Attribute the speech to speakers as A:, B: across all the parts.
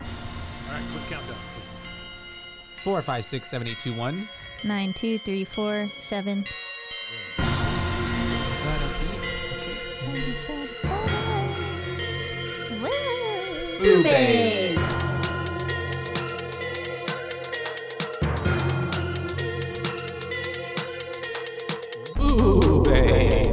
A: All right, quick countdowns, please.
B: Four, five, six, seven, eight, two, one.
C: Nine, two, three, four, seven.
B: Ooh, babe.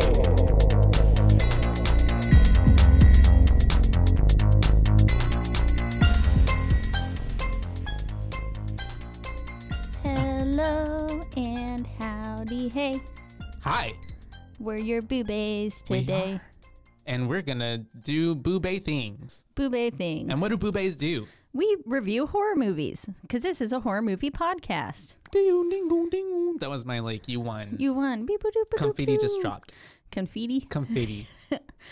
C: Hello and howdy, hey.
B: Hi,
C: We're your boobays today.
B: and we're gonna do boobay things.
C: Boobay things.
B: And what do boobays do?
C: we review horror movies because this is a horror movie podcast.
B: Ding, ding, ding, ding. That was my like. You won.
C: You won. Beep, boop, doop,
B: Mm.
C: boop,
B: Confetti
C: doop,
B: just
C: doop.
B: dropped.
C: Confetti.
B: Confetti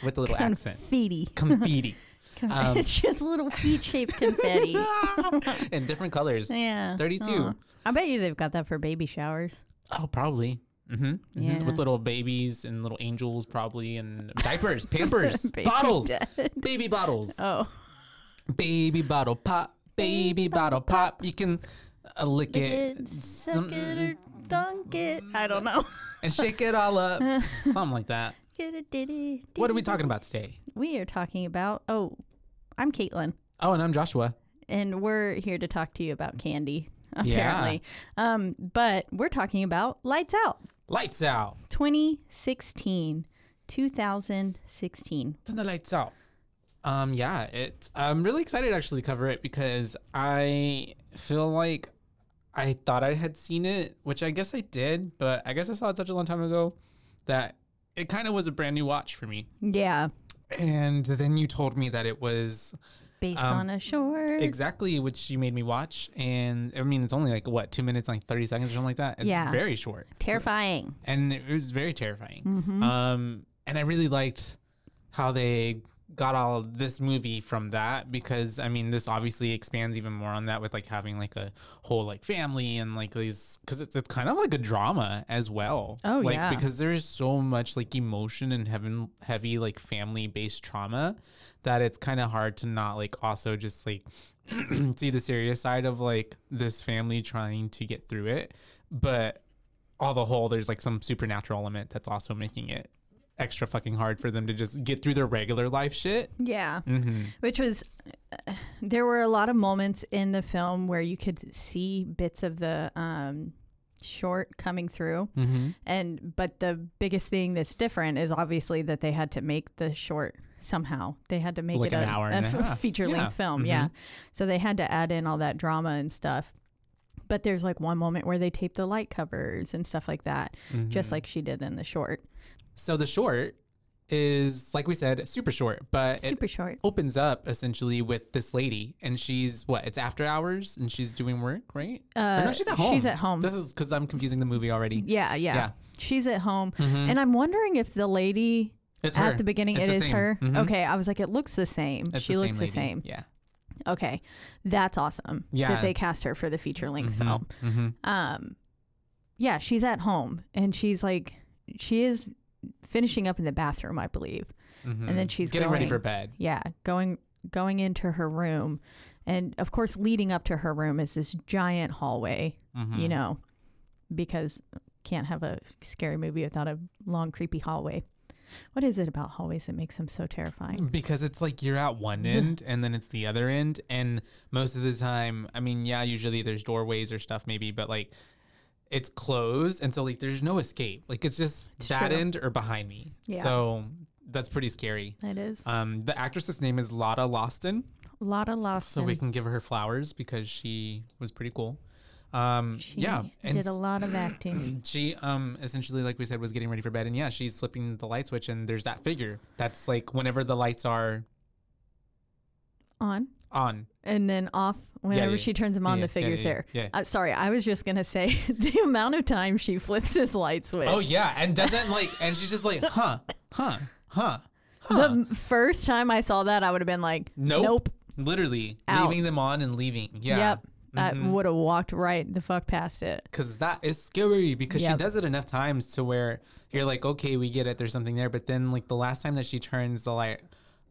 B: with a little accent.
C: Confetti.
B: Confetti. Um,
C: it's just little feet shaped confetti.
B: in different colors.
C: yeah.
B: 32.
C: Aw. I bet you they've got that for baby showers.
B: Oh, probably. hmm
C: Yeah.
B: With little babies and little angels, probably, and diapers, papers,
C: Baby
B: bottles,
C: dead.
B: baby bottles,
C: Oh.
B: baby bottle pop, baby bottle pop. You can uh, lick it,
C: It's suck it or dunk it. I don't know.
B: and shake it all up, something like that.
C: Get a diddy.
B: What are we talking about today?
C: We are talking about. Oh, I'm Caitlin,
B: Oh, and I'm Joshua.
C: and we're here to talk to you about candy.
B: Yeah.
C: Apparently, um, but we're talking about Lights Out
B: Lights out.
C: 2016, 2016.
B: Turn the lights out. Um, yeah, it's. I'm really excited to actually cover it because I feel like I thought I had seen it, which I guess I did, but I guess I saw it such a long time ago that it kind of was a brand new watch for me.
C: Yeah,
B: And then you told me that it was
C: based
B: Um,
C: on a short.
B: exactly which you made me watch, and I mean it's only like what two minutes, like thirty seconds or something like that. It's
C: Yeah.
B: very short,
C: Terrifying.
B: and it was very terrifying.
C: Mm-hmm.
B: Um, and I really liked how they got all this movie from that because I mean this obviously expands even more on that with like having like a whole like family and like these because it's, it's kind of like a drama as well.
C: Oh,
B: like,
C: yeah.
B: because there is so much like emotion and heaven heavy like family based trauma that it's kind of hard to not like also just like see the serious side of like this family trying to get through it, but all the whole there's like some supernatural element that's also making it extra fucking hard for them to just get through their regular life shit.
C: Yeah. Which was, uh, there were a lot of moments in the film where you could see bits of the um, short coming through. And, but the biggest thing that's different is obviously that they had to make the short somehow. They had to make
B: Like
C: it
B: an
C: a,
B: hour and a half.
C: feature length
B: Yeah. Mm-hmm.
C: film. Yeah. So they had to add in all that drama and stuff. But there's like one moment where they tape the light covers and stuff like that,
B: Mm-hmm.
C: just like she did in the short.
B: So the short is like we said super short, but
C: Super
B: it
C: short.
B: opens up essentially with this lady and she's what it's after hours and she's doing work, right? Or Oh, no,
C: Uh,
B: she's at home.
C: she's at home.
B: This is cuz I'm confusing the movie already.
C: Yeah, yeah.
B: Yeah. Mm-hmm.
C: She's at home. And I'm wondering if the lady
B: It's
C: at
B: her.
C: the beginning,
B: It's
C: it
B: the
C: is
B: same.
C: her.
B: Mhm.
C: Okay. I was like, it looks the same.
B: It's
C: she looks the
B: lady.
C: same.
B: Yeah.
C: Okay. That's awesome
B: Yeah. Mm-hmm.
C: that they cast her for the feature length film. Um, yeah, she's at home and she's like, she is finishing up in the bathroom, I believe. And then she's
B: Getting ready
C: going-
B: for bed.
C: Yeah, going going into her room, and of course, leading up to her room is this giant hallway.
B: Mm-hmm.
C: You
B: Hmm.
C: know, because can't have a scary movie without a long, creepy hallway. What is it about hallways that makes them so terrifying?
B: Because it's like you're at one end and then it's the other end. And most of the time, I mean, yeah, usually there's doorways or stuff maybe, but like it's closed. And so like there's no escape. Like it's just that
C: true.
B: end or behind me.
C: Yeah.
B: So that's pretty scary.
C: It is
B: Um, the actress's name is Lotta Lawston.
C: Lotta
B: So
C: Lawson.
B: we can give her flowers because she was pretty cool. Um, yeah.
C: She
B: And
C: did a lot of acting.
B: she um essentially like we said was getting ready for bed and yeah she's flipping the light switch and there's that figure that's like whenever the lights are
C: On
B: on.
C: and then off whenever
B: yeah,
C: she turns them on
B: yeah,
C: the
B: yeah,
C: figures
B: yeah,
C: there
B: yeah.
C: Uh, sorry i was just gonna say the amount of time she flips this light switch
B: Oh yeah, and doesn't like, and she's just like, huh, huh, huh.
C: the m- first time i saw that i would have been like
B: Nope.
C: nope,
B: Literally
C: Out.
B: leaving them on and leaving. Yeah. Mm-hmm.
C: yep i would have walked right the fuck past it
B: Cause that is scary because she
C: Yep.
B: does it enough times to where you're like, okay, we get it. There's something there. But then like the last time that she turns the light,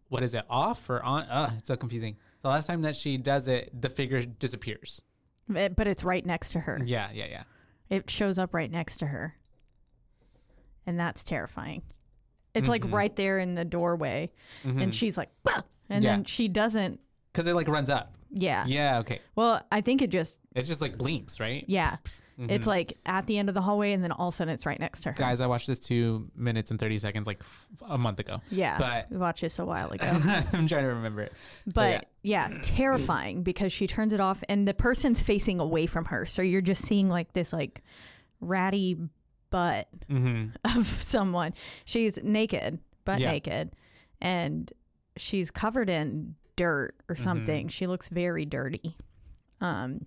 B: what is it off or on? Uh, it's so confusing. The last time that she does it, the figure disappears.
C: It- but it's right next to her
B: Yeah. Yeah. Yeah.
C: it shows up right next to her and that's terrifying it's
B: Mm-hmm.
C: like right there in the doorway and she's like "Bah!" and
B: Yeah.
C: then she doesn't
B: Cause it like runs up.
C: yeah.
B: Yeah. Okay.
C: well i think it just
B: It's just like blinks, right?
C: yeah
B: Mm-hmm.
C: it's like at the end of the hallway and then all of a sudden it's right next to her
B: Guys, I watched this two minutes and 30 seconds like f- a month ago.
C: Yeah.
B: But Oh,
C: we watched this a while ago.
B: I'm trying to remember it.
C: But yeah. terrifying because she turns it off and the person's facing away from her. So you're just seeing like this like ratty butt
B: Mm-hmm.
C: of someone. She's naked, butt
B: Yeah.
C: naked, and she's covered in dirt or
B: Mm-hmm.
C: something. She looks very dirty. Um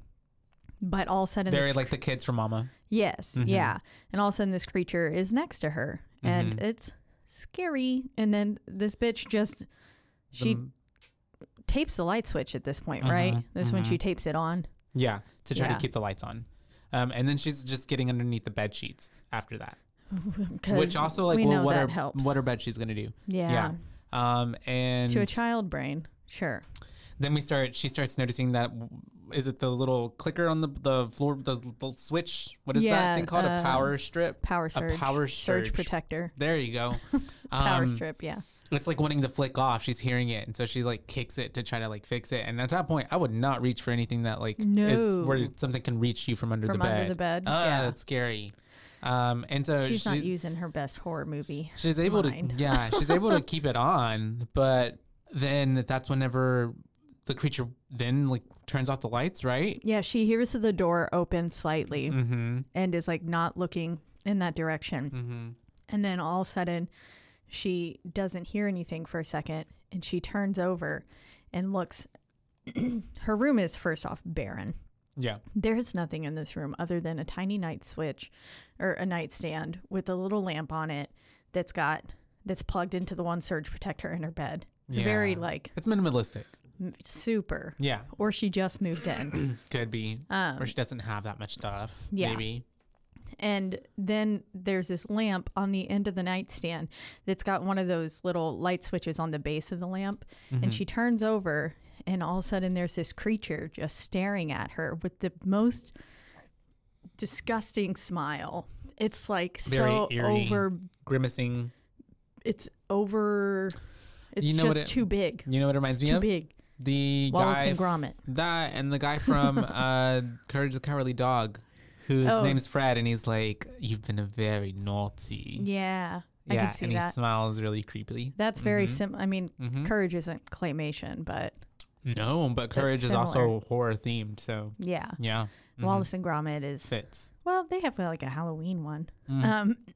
C: but all of a sudden this
B: Very mm-hmm. like the kids from Mama.
C: Yes, yeah. And all of a sudden, this creature is next to her, and
B: Mm-hmm.
C: it's scary. And then this bitch just she tapes the light switch at this point,
B: Uh-huh,
C: right? This when she tapes it on.
B: Yeah, to try
C: Yeah.
B: to keep the lights on. Um, and then she's just getting underneath the bed sheets after that,
C: 'Cause
B: which uh, also like,
C: we
B: well,
C: know
B: what
C: that
B: are
C: helps.
B: what are bed sheets gonna do?
C: Yeah.
B: Um, and
C: to a child brain, sure.
B: then we start. She starts noticing that is it the little clicker on the the floor, the, the switch? What is that
C: Yeah,
B: thing called? a
C: uh,
B: power strip.
C: Power
B: A
C: surge,
B: power surge.
C: surge protector,
B: There you go.
C: power
B: Um,
C: strip. Yeah,
B: It's like wanting to flick off. She's hearing it, and so she like kicks it to try to like fix it. And at that point, I would not reach for anything that like is
C: No.
B: where something can reach you from under
C: From
B: the bed.
C: under the bed,
B: Ah,
C: yeah.
B: that's scary. Um, and so
C: she's not
B: she's-
C: using her best horror movie.
B: She's able to,
C: mind.
B: yeah, she's able to keep it on, but then that's whenever the creature then like turns off the lights, right?
C: Yeah, she hears the door open slightly
B: Mm-hmm.
C: and is like not looking in that direction. And then all of a sudden, she doesn't hear anything for a second and she turns over and looks. Her room is first off barren.
B: Yeah,
C: There's nothing in this room other than a tiny night switch or a nightstand with a little lamp on it that's got that's plugged into the one surge protector in her bed. It's very
B: Yeah.
C: like
B: it's minimalistic.
C: m- super.
B: Yeah,
C: Or she just moved in.
B: could be, or she doesn't have that much stuff.
C: Um, yeah.
B: maybe.
C: And then there's this lamp on the end of the nightstand that's got one of those little light switches on the base of the lamp.
B: Mm-hmm.
C: And she turns over, and all of a sudden, there's this creature just staring at her with the most disgusting smile. It's like
B: Very
C: so
B: eerie.
C: over,
B: Grimacing.
C: it's over, it's
B: You know what
C: just
B: it
C: too big.
B: You know what it reminds
C: it's
B: me
C: too
B: of?
C: big.
B: The
C: Wallace
B: guy
C: and Gromit.
B: That and the guy from uh, Courage the Cowardly Dog, whose
C: Oh.
B: name's Fred, and he's like, "You've been a very naughty."
C: Yeah, I
B: Yeah,
C: can see
B: and Mm-hmm. he
C: that.
B: smiles really creepily.
C: That's very sim. I mean, courage isn't claymation, but
B: No, but Courage is
C: similar.
B: also horror themed, so
C: yeah.
B: yeah,
C: Wallace and Gromit is
B: fits.
C: Well, they have like a Halloween one.
B: Mm.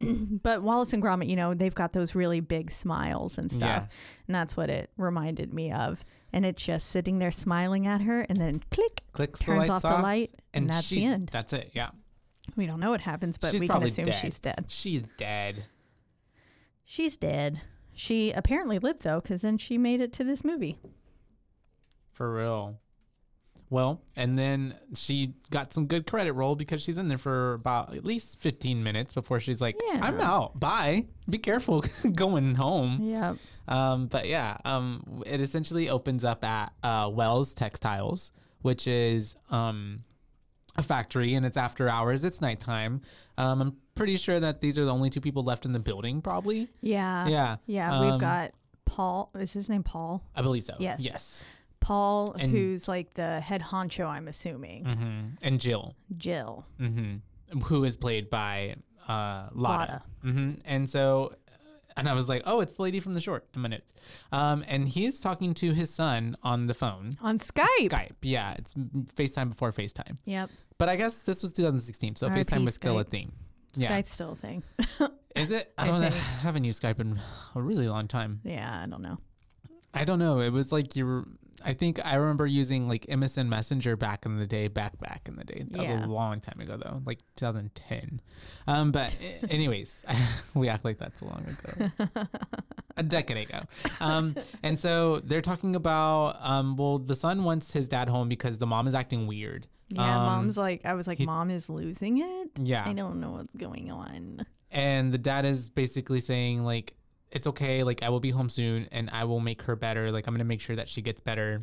C: Um, but Wallace and Gromit, you know, they've got those really big smiles and stuff.
B: Yeah.
C: And that's what it reminded me of. And it's just sitting there smiling at her and then click,
B: Clicks the
C: turns
B: lights
C: off the light, and, that's
B: she-
C: the end.
B: That's it. Yeah,
C: We don't know what happens, but
B: She's
C: we can
B: probably
C: assume
B: dead.
C: she's dead.
B: she's dead.
C: She's dead. She apparently lived though, because then she made it to this movie.
B: For real. Well, and then she got some good credit roll because she's in there for about at least 15 minutes before she's like, I'm
C: Yeah.
B: out. Bye. Be careful going home.
C: Yeah.
B: Um, but yeah, um, it essentially opens up at uh, Wells Textiles, which is um, a factory and it's after hours, it's nighttime. Um, I'm pretty sure that these are the only two people left in the building, probably.
C: Yeah.
B: Yeah.
C: Yeah.
B: Um,
C: we've got Paul. Is his name Paul?
B: I believe so.
C: Yes.
B: Yes.
C: Paul,
B: And-
C: who's like the head honcho, I'm assuming.
B: hmm And Jill.
C: Jill.
B: mm-hmm. who is played by uh, Lotta.
C: Lotta.
B: hmm And so, and I was like, oh, it's the lady from the short in my notes. Um, and he's talking to his son on the phone.
C: On Skype.
B: Skype. Yeah, it's FaceTime before FaceTime.
C: Yep.
B: But I guess this was 2016, so
C: RIP
B: FaceTime was still a
C: Skype.
B: thing. Yeah.
C: Skype's still a thing.
B: Is it? I
C: I
B: don't know. I
C: think.
B: haven't used Skype in a really long time.
C: yeah, I don't know.
B: I don't know. It was like you were, I think I remember using like MSN Messenger back in the day, back back in the day. That was
C: Yeah.
B: a long time ago though, like 2010. Um, but anyways, we act like that's long ago, a decade ago. Um, and so they're talking about um, well, the son wants his dad home because the mom is acting weird.
C: Yeah,
B: Um,
C: mom's like, I was like,
B: he-
C: mom is losing it.
B: Yeah.
C: I don't know what's going on.
B: and the dad is basically saying like it's okay like i will be home soon and i will make her better like i'm gonna make sure that she gets better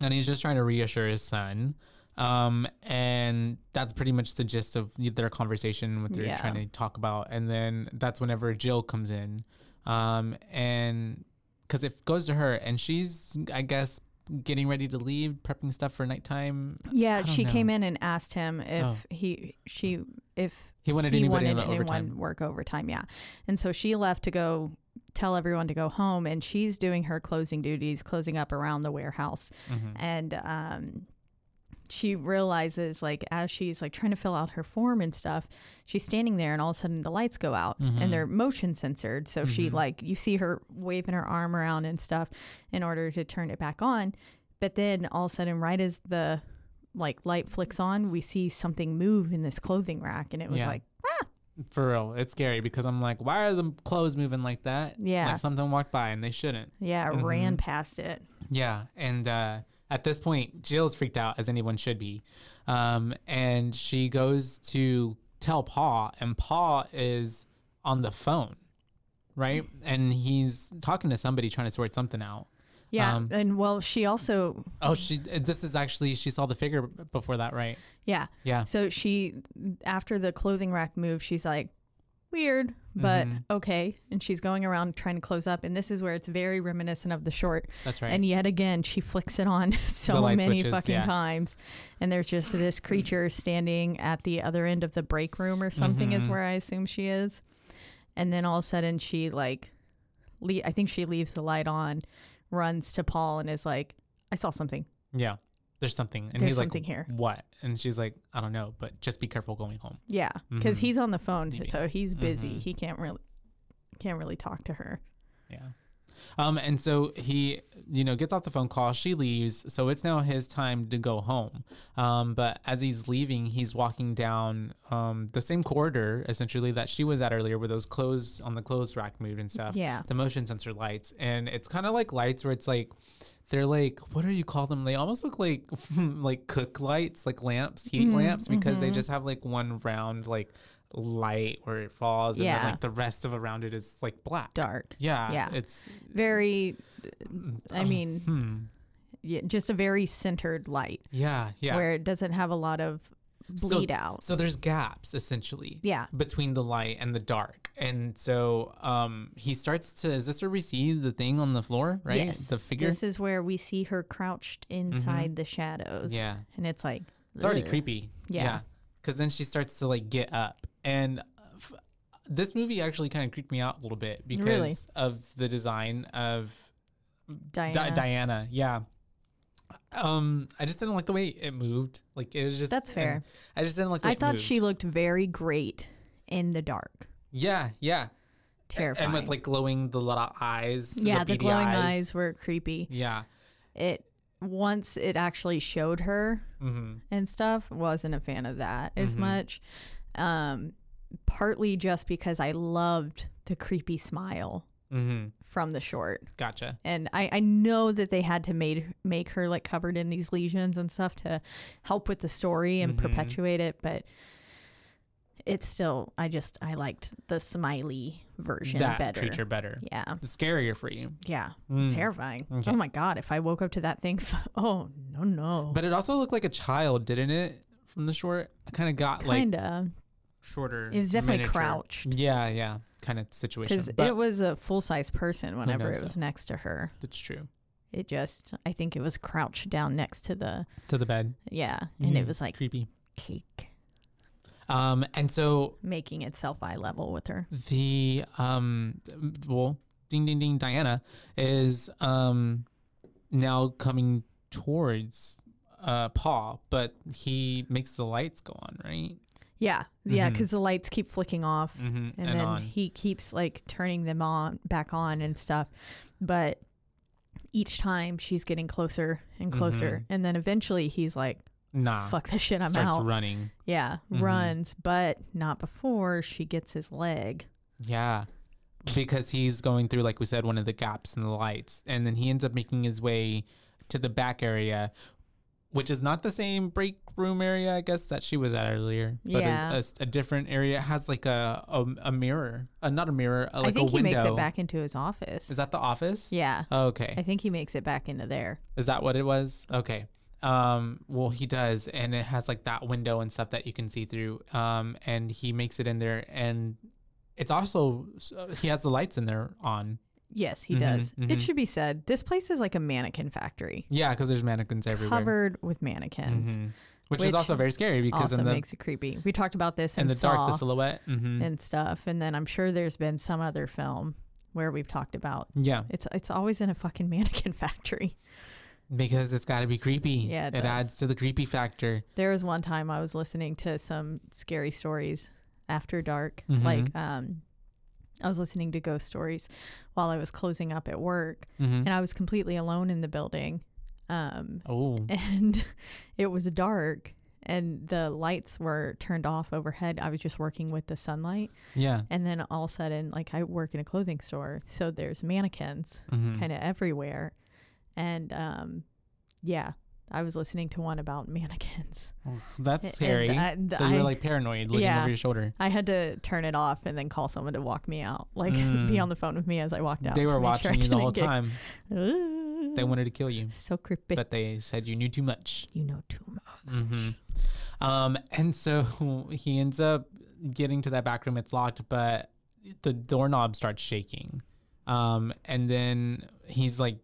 B: and he's just trying to reassure his son um and that's pretty much the gist of their conversation what they're
C: Yeah.
B: trying to talk about and then that's whenever jill comes in um and because it goes to her and she's i guess getting ready to leave prepping stuff for nighttime I
C: Yeah,
B: don't
C: she came
B: know.
C: in and asked him if
B: Oh.
C: he she if
B: he wanted
C: he
B: anybody
C: wanted
B: on
C: anyone
B: overtime
C: work overtime. Yeah, and so she left to go tell everyone to go home, and she's doing her closing duties, closing up around the warehouse,
B: Mm-hmm.
C: and um. She realizes, like, as she's like trying to fill out her form and stuff, she's standing there, and all of a sudden the lights go out,
B: Mm-hmm.
C: and they're motion censored. So she like you see her waving her arm around and stuff in order to turn it back on, but then all of a sudden, right as the like light flicks on, we see something move in this clothing rack, and it was
B: Yeah.
C: like,
B: For real, it's scary because I'm like, why are the clothes moving like that?
C: Yeah.
B: like something walked by and they shouldn't.
C: yeah, it ran past it.
B: Yeah, and uh, at this point, Jill's freaked out as anyone should be, um, and she goes to tell Pa, and Pa is on the phone, right? And he's talking to somebody trying to sort something out.
C: Yeah,
B: Um,
C: and well, she also,
B: Oh, she. This is actually she saw the figure before that, right?
C: yeah,
B: Yeah.
C: So she, after the clothing rack move, she's like, weird, but okay. And she's going around trying to close up, and this is where it's very reminiscent of the short.
B: That's right.
C: And yet again, she flicks it on so
B: The light
C: many
B: switches,
C: fucking
B: yeah.
C: times. And there's just this creature standing at the other end of the break room or something,
B: Mm-hmm.
C: is where I assume she is. And then all of a sudden, she like, le- I think she leaves the light on, runs to Paul, and is like, I saw something.
B: Yeah. There's something, and
C: There's
B: he's
C: something
B: like,
C: here.
B: "What?" And she's like, "I don't know, but just be careful going home."
C: Yeah, because
B: Mhm.
C: he's on the phone,
B: Maybe.
C: so he's busy.
B: Mhm.
C: He can't really can't really talk to her.
B: Yeah. Um, and so he, you know, gets off the phone call. She leaves, so it's now his time to go home. Um, but as he's leaving, he's walking down um, the same corridor essentially that she was at earlier, where those clothes on the clothes rack moved and stuff.
C: Yeah.
B: The motion sensor lights, and it's kind of like lights where it's like, they're like, what do you call them? They almost look like like cook lights, like lamps, heat
C: Mm-hmm,
B: lamps, because they just have like one round like light where it falls, and
C: Yeah.
B: then like the rest of around it is like black.
C: Dark,
B: Yeah,
C: Yeah.
B: It's
C: very. I mean,
B: hmm.
C: yeah, just a very centered light
B: Yeah, yeah.
C: where it doesn't have a lot of bleed
B: so,
C: out.
B: So there's gaps essentially.
C: Yeah.
B: Between the light and the dark, and so um, he starts to. Is this where we see the thing on the floor? Right.
C: Yes.
B: The figure. Mm-hmm.
C: This is where we see her crouched inside the shadows.
B: Yeah.
C: and it's like
B: It's already
C: ugh.
B: creepy.
C: Yeah.
B: Because then she starts to like get up. And f- this movie actually kind of creeped me out a little bit because
C: Really?
B: of the design of Di-
C: Diana.
B: Diana. Yeah. Um, I just didn't like the way it moved. Like it was just
C: That's
B: and
C: fair.
B: I just didn't like. The way
C: I
B: it
C: thought
B: moved.
C: she looked very great in the dark.
B: Yeah, yeah.
C: Terrifying.
B: And with like glowing the little eyes.
C: yeah, the,
B: beady
C: glowing eyes. were creepy.
B: Yeah.
C: It once it actually showed her
B: hmm
C: and stuff wasn't a fan of that as
B: Mhm.
C: much um partly just because i loved the creepy smile
B: hmm
C: from the short
B: Gotcha.
C: and i i know that they had to made make her like covered in these lesions and stuff to help with the story and
B: Mhm.
C: perpetuate it but it's still i just i liked the smiley version
B: that
C: better
B: creature better.
C: yeah
B: It's Scarier for you.
C: yeah
B: Mm.
C: it's terrifying
B: Okay.
C: oh my god if i woke up to that thing oh no no
B: But it also looked like a child, didn't it? From the short, I kind of got like
C: kinda
B: shorter.
C: It was definitely
B: miniature.
C: crouched.
B: Yeah, yeah, kind of situation.
C: because
B: But
C: it was a full size person whenever
B: knows,
C: it was
B: though?
C: next to her.
B: it's true.
C: It just, I think it was crouched down next to the,
B: To the bed,
C: yeah, and
B: Mhm.
C: it was like
B: creepy.
C: cake
B: Um, and so
C: making itself eye level with her.
B: the um, well, ding ding ding, Diana is um now coming towards uh Paul, but he makes the lights go on, right?
C: Yeah, yeah,
B: Mhm.
C: because the lights keep flicking off,
B: Mm-hmm.
C: and, then he keeps like turning them on back on and stuff, but each time she's getting closer and
B: Mm-hmm.
C: closer, and then eventually he's like,
B: Nah.
C: "Fuck this shit, I'm
B: Uh, starts mm-hmm.
C: out."
B: running.
C: Yeah, runs, but not before she gets his leg.
B: Yeah. Because he's going through, like we said, one of the gaps in the lights. And then he ends up making his way to the back area, which is not the same break room area, I guess, that she was at earlier. But a-
C: Yeah.
B: a, s- a different area It has like a a, a mirror, uh, not a mirror, uh, like
C: I think
B: a
C: he
B: window.
C: makes it back into his office.
B: Is that the office? Oh,
C: yeah,
B: Okay.
C: I think he makes it back into there.
B: Is that what it was? Okay. Um, well, he does, and it has like that window and stuff that you can see through. Um, and he makes it in there, and it's also so- he has the lights in there on.
C: Yes, he
B: Mhm,
C: does.
B: mhm.
C: It should be said, this place is like a mannequin factory,
B: Yeah, because there's mannequins everywhere,
C: covered with mannequins.
B: Mhm. Which,
C: which
B: is also very scary because
C: Also
B: in the
C: makes it creepy. We talked about this
B: in
C: in
B: the dark, the
C: Saw
B: silhouette. hmm
C: and stuff, and then I'm sure there's been some other film where we've talked about
B: yeah,
C: it's it's always in a fucking mannequin factory.
B: because it's got to be creepy.
C: Yeah, it
B: it
C: does.
B: adds to the creepy factor.
C: There was one time I was listening to some scary stories after dark.
B: Mm-hmm.
C: Like um I was listening to ghost stories while I was closing up at work
B: Mhm.
C: and I was completely alone in the building. Um
B: Oh,
C: and it was dark and the lights were turned off overhead. I was just working with the sunlight
B: yeah.
C: and then all of a sudden like I work in a clothing store, so there's mannequins
B: Mhm.
C: kind of everywhere. And um yeah, I was listening to one about mannequins.
B: That's
C: and
B: scary.
C: I-
B: so you're
C: I-
B: like paranoid, looking
C: Yeah.
B: over your shoulder.
C: I had to turn it off and then call someone to walk me out, like be
B: Mm.
C: on the phone with me as I walked out.
B: They
C: to
B: were
C: make sure
B: watching
C: I
B: you the
C: didn't
B: whole
C: get-
B: time. They
C: Ooh,
B: wanted to kill you.
C: so creepy.
B: but they said you knew too much.
C: you know too much.
B: hmm Um, and so he ends up getting to that back room. It's locked, but the doorknob starts shaking. Um, and then he's like,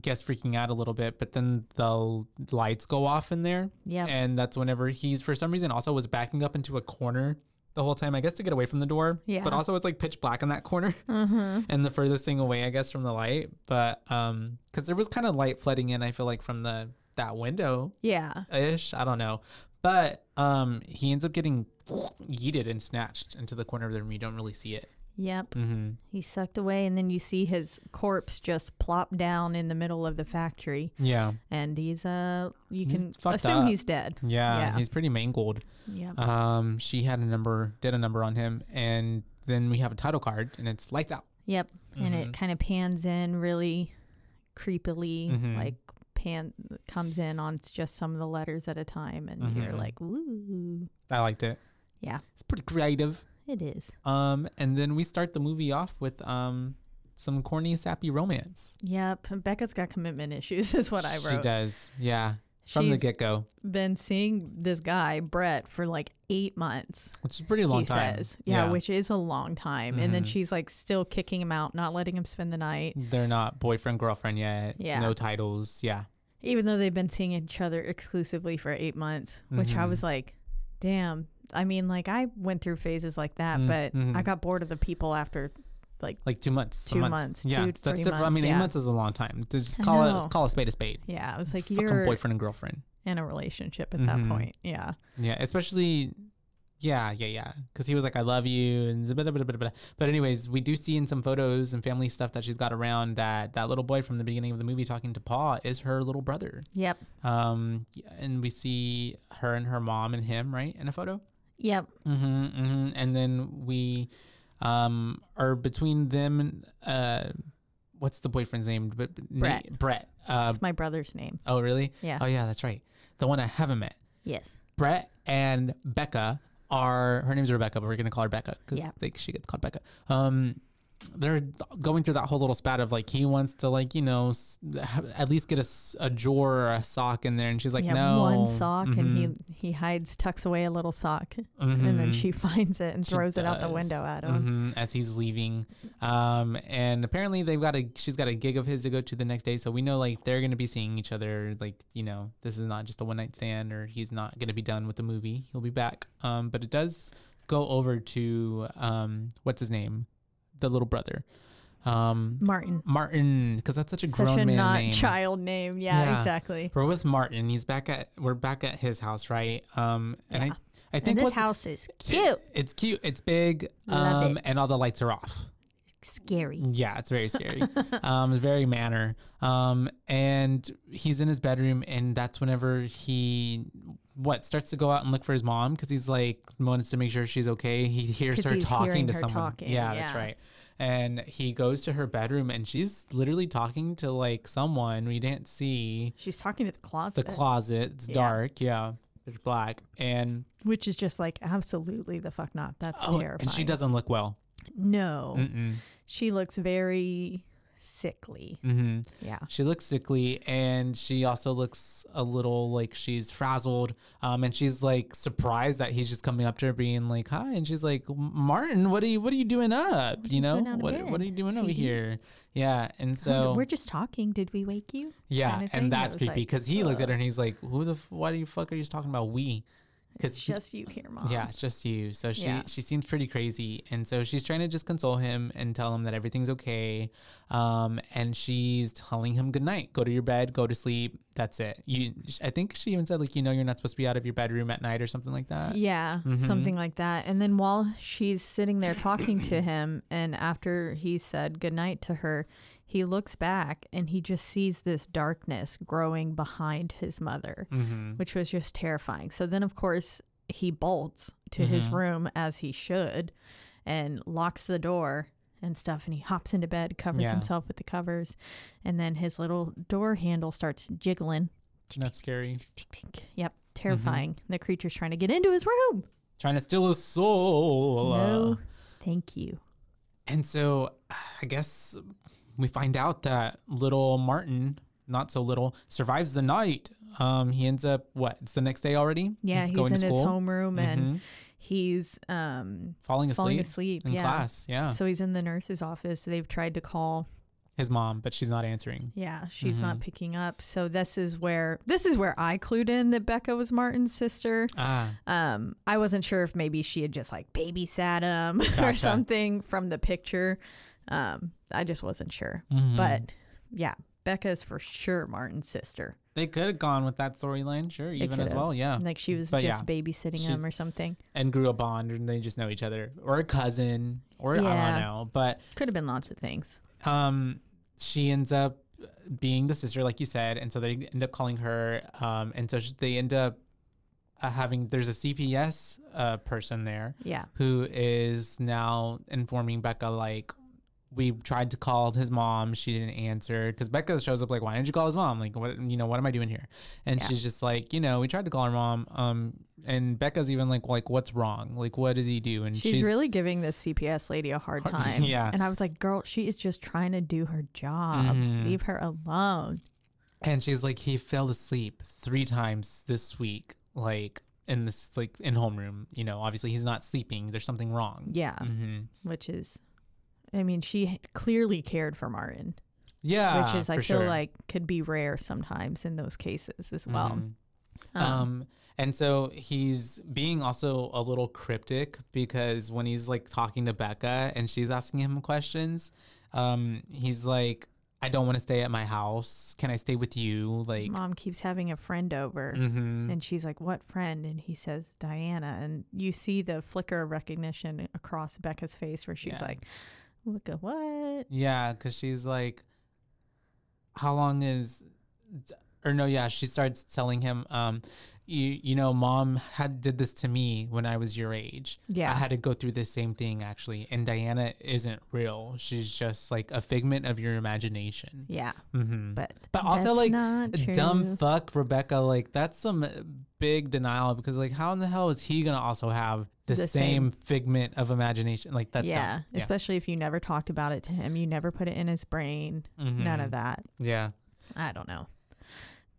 B: guess freaking out a little bit. But then the l- lights go off in there.
C: Yep.
B: And that's whenever he's for some reason also was backing up into a corner the whole time. I guess to get away from the door.
C: Yeah. Mm-hmm.
B: But also it's like pitch black in that corner and the furthest thing away, I guess, from the light. But um, because there was kind of light flooding in, I feel like from the that window
C: Yeah.
B: ish. I don't know. But um, he ends up getting yeeted and snatched into the corner of the room. You don't really see it.
C: Yep.
B: Mm-hmm.
C: He sucked away, and then you see his corpse just plop down in the middle of the factory,
B: Yeah.
C: and he's uh, you
B: He's
C: can
B: fucked
C: assume
B: up.
C: he's dead.
B: yeah,
C: Yeah.
B: He's pretty mangled.
C: Yep.
B: Um, she had a number, did a number on him, and then we have a title card, and it's lights out.
C: Yep. And
B: Mm-hmm.
C: it kind of pans in really creepily,
B: Mhm.
C: like pan comes in on s- just some of the letters at a time, and you're
B: Mhm.
C: like, ooh,
B: I liked it.
C: Yeah.
B: it's pretty creative.
C: it is.
B: Um, and then we start the movie off with um, some corny, sappy romance.
C: Yep. Becca's got commitment issues, is what I
B: She
C: wrote.
B: does, yeah, from the
C: She's
B: get go,
C: been seeing this guy, Brett, for like eight months.
B: which is a pretty long
C: he
B: time. Mm-hmm.
C: says. Yeah, which is a long time. And then she's like still kicking him out, not letting him spend the night.
B: they're not boyfriend girlfriend yet.
C: Yeah.
B: no titles. Yeah,
C: Even though they've been seeing each other exclusively for eight months, which I
B: Mm-hmm.
C: was like, damn. I mean, like I went through phases like that,
B: Mm,
C: but
B: mm-hmm.
C: I got bored of the people after like
B: like two months. a
C: Two
B: month.
C: months,
B: Yeah,
C: two,
B: that's
C: three
B: different. I
C: months,
B: mean, eight
C: yeah.
B: months is a long time. To Just
C: I
B: call it.
C: know.
B: Call a spade a spade.
C: yeah, I was like,
B: Fucking
C: You're
B: boyfriend and girlfriend.
C: in a relationship at
B: Mhm.
C: that point. Yeah.
B: Yeah, especially. Yeah, yeah, yeah. Because he was like, "I love you," and blah, blah, blah, blah, blah. but anyways, we do see in some photos and family stuff that she's got around that that little boy from the beginning of the movie talking to Pa is her little brother.
C: Yep.
B: Um, y- and we see her and her mom and him right in a photo.
C: Yep.
B: Mm-hmm, mm-hmm. And then we um, are between them and uh, what's the boyfriend's name? But
C: Brett.
B: Brett. Uh,
C: It's my brother's name.
B: oh, really?
C: Yeah.
B: Oh, yeah. That's right. The one I haven't met.
C: Yes.
B: Brett and Becca are her name's Rebecca, but we're gonna call her Becca because
C: Yeah.
B: like she gets called Becca. Um, they're going through that whole little spat of like he wants to like you know s- ha- at least get a, s- a drawer or a sock in there, and she's like
C: yeah,
B: no
C: one sock and
B: Mhm.
C: he he hides tucks away a little sock and then
B: Mhm.
C: she finds it and
B: She
C: throws it out the
B: does.
C: window at him.
B: Mhm, as he's leaving. Um, and apparently they've got a she's got a gig of his to go to the next day, so we know like they're gonna be seeing each other. Like you know, this is not just a one night stand, or he's not gonna be done with the movie. He'll be back. Um, but it does go over to um, what's his name, the little brother, um,
C: Martin.
B: Martin, because that's such a
C: Such
B: grown
C: a
B: man
C: not
B: name.
C: child name. Yeah,
B: Yeah.
C: exactly.
B: We're with Martin. He's back at we're back at his house, right? Um, and
C: Yeah.
B: I I think what's
C: house is
B: it- it's cute. It's big.
C: Love
B: um,
C: it.
B: and all the lights are off.
C: scary.
B: Yeah, it's very scary. um, it's very manner. Um, and he's in his bedroom, and that's whenever he what starts to go out and look for his mom because he's like wants to make sure she's okay. He hears
C: 'Cause
B: her
C: he's
B: talking
C: hearing
B: to
C: her
B: someone.
C: talking,
B: yeah, that's
C: yeah.
B: right. And he goes to her bedroom, and she's literally talking to like someone we didn't see.
C: She's talking to the
B: The
C: closet,
B: closet. It's
C: Uh, Yeah.
B: dark. Yeah, it's black, and
C: which is just like absolutely the fuck not. That's
B: oh,
C: terrifying.
B: and she doesn't look well.
C: No,
B: Mm-mm.
C: she looks very sickly.
B: Mm-hmm.
C: Yeah.
B: She looks sickly and she also looks a little like she's frazzled. Um, and she's like surprised that he's just coming up to her being like, hi. And she's like, Martin, what are you, what are you doing up? You know,
C: doing out of
B: what,
C: bed,
B: what are you doing over
C: sweetie?"
B: here? Yeah. And so,
C: We're just talking. Did we wake you?
B: yeah.
C: kind of thing.
B: and that's
C: It was
B: creepy
C: like,
B: because he looks at her and he's like, who the, f- why do you fuck are you talking about we?
C: It's
B: Because
C: just you here, mom.
B: yeah, it's just you. So she
C: Um, Yeah.
B: she seems pretty crazy, and so she's trying to just console him and tell him that everything's okay. Um, and she's telling him good night, go to your bed, go to sleep. That's it. You, I think she even said like, you know, you're not supposed to be out of your bedroom at night or something like that.
C: Yeah, something like that. And then while she's sitting there talking to him, and after he said goodnight to her, he looks back and he just sees this darkness growing behind his mother, which was just terrifying. So then, of course, he bolts to his room as he should and locks the door and stuff. And he hops into bed, covers
B: Yeah.
C: himself with the covers, and then his little door handle starts jiggling.
B: That's scary.
C: Tink, tink. Yep, terrifying. The creature's trying to get into his room.
B: Trying to steal his soul.
C: No, thank you.
B: And so I guess we find out that little Martin, not so little, survives the night. Um, he ends up what? It's the next day already.
C: Yeah, he's, in his homeroom and he's um
B: falling Mm-hmm. asleep.
C: falling asleep.
B: in
C: yeah.
B: class. Yeah.
C: So he's in the nurse's office. They've tried to call.
B: his mom, but she's not answering.
C: Yeah, she's
B: Mm-hmm.
C: not picking up. So this is where this is where I clued in that Becca was Martin's sister.
B: Ah,
C: Um, I wasn't sure if maybe she had just like babysat him or
B: Gotcha.
C: something from the picture. Um, I just wasn't sure.
B: Mm-hmm.
C: But yeah, Becca is for sure Martin's sister.
B: they could have gone with that storyline, sure,
C: They
B: even as
C: could've.
B: well, yeah.
C: Like she was
B: But
C: just
B: yeah,
C: babysitting
B: she's-
C: him or something.
B: and grew a bond, and they just know each other, or a cousin, or I
C: Yeah.
B: don't know. But
C: Could have been lots of things.
B: um, she ends up being the sister, like you said, and so they end up calling her, um, and so sh they end up uh, having there's a CPS uh, person there
C: Yeah.
B: who is now informing Becca like. We tried to call his mom. She didn't answer because Becca shows up like, "Why didn't you call his mom? Like, what you know? What am I doing here?" And
C: Yeah.
B: she's just like, "You know, we tried to call her mom." Um, and Becca's even like, "Like, what's wrong? Like, what does he do?" And
C: She's, really giving this CPS lady a hard
B: Hard-
C: time.
B: yeah.
C: And I was like, girl, she is just trying to do her job.
B: Mhm.
C: Leave her alone.
B: And she's like, he fell asleep three times this week, like in this like in homeroom. You know, obviously he's not sleeping. There's something wrong.
C: Yeah.
B: hmm
C: Which is, I mean, she h- clearly cared for Martin,
B: Yeah,
C: which is, I
B: Ah, for
C: feel
B: sure.
C: like, could be rare sometimes in those cases as well.
B: Mhm.
C: Um,
B: Um, and so he's being also a little cryptic because when he's like talking to Becca and she's asking him questions, um, he's like, I don't want to stay at my house. Can I stay with you? Like,
C: Mom keeps having a friend over.
B: mhm.
C: And she's like, What friend? And he says, Diana. And you see the flicker of recognition across Becca's face where she's
B: Yeah.
C: like, Look at what?
B: yeah, because she's like, How long is, or no, yeah, she starts telling him, um, you, you know, mom had did this to me when I was your age.
C: Yeah.
B: I had to go through this same thing actually. And Diana isn't real. She's just like a figment of your imagination.
C: Yeah.
B: hmm
C: But,
B: But also
C: that's
B: like
C: not true.
B: dumb fuck Rebecca, like that's some uh, big denial because like how in the hell is he gonna also have the,
C: The
B: same,
C: same-
B: figment of imagination? Like that's
C: yeah,
B: dumb. Yeah.
C: especially if you never talked about it to him, you never put it in his brain, none of that.
B: Yeah.
C: I don't know,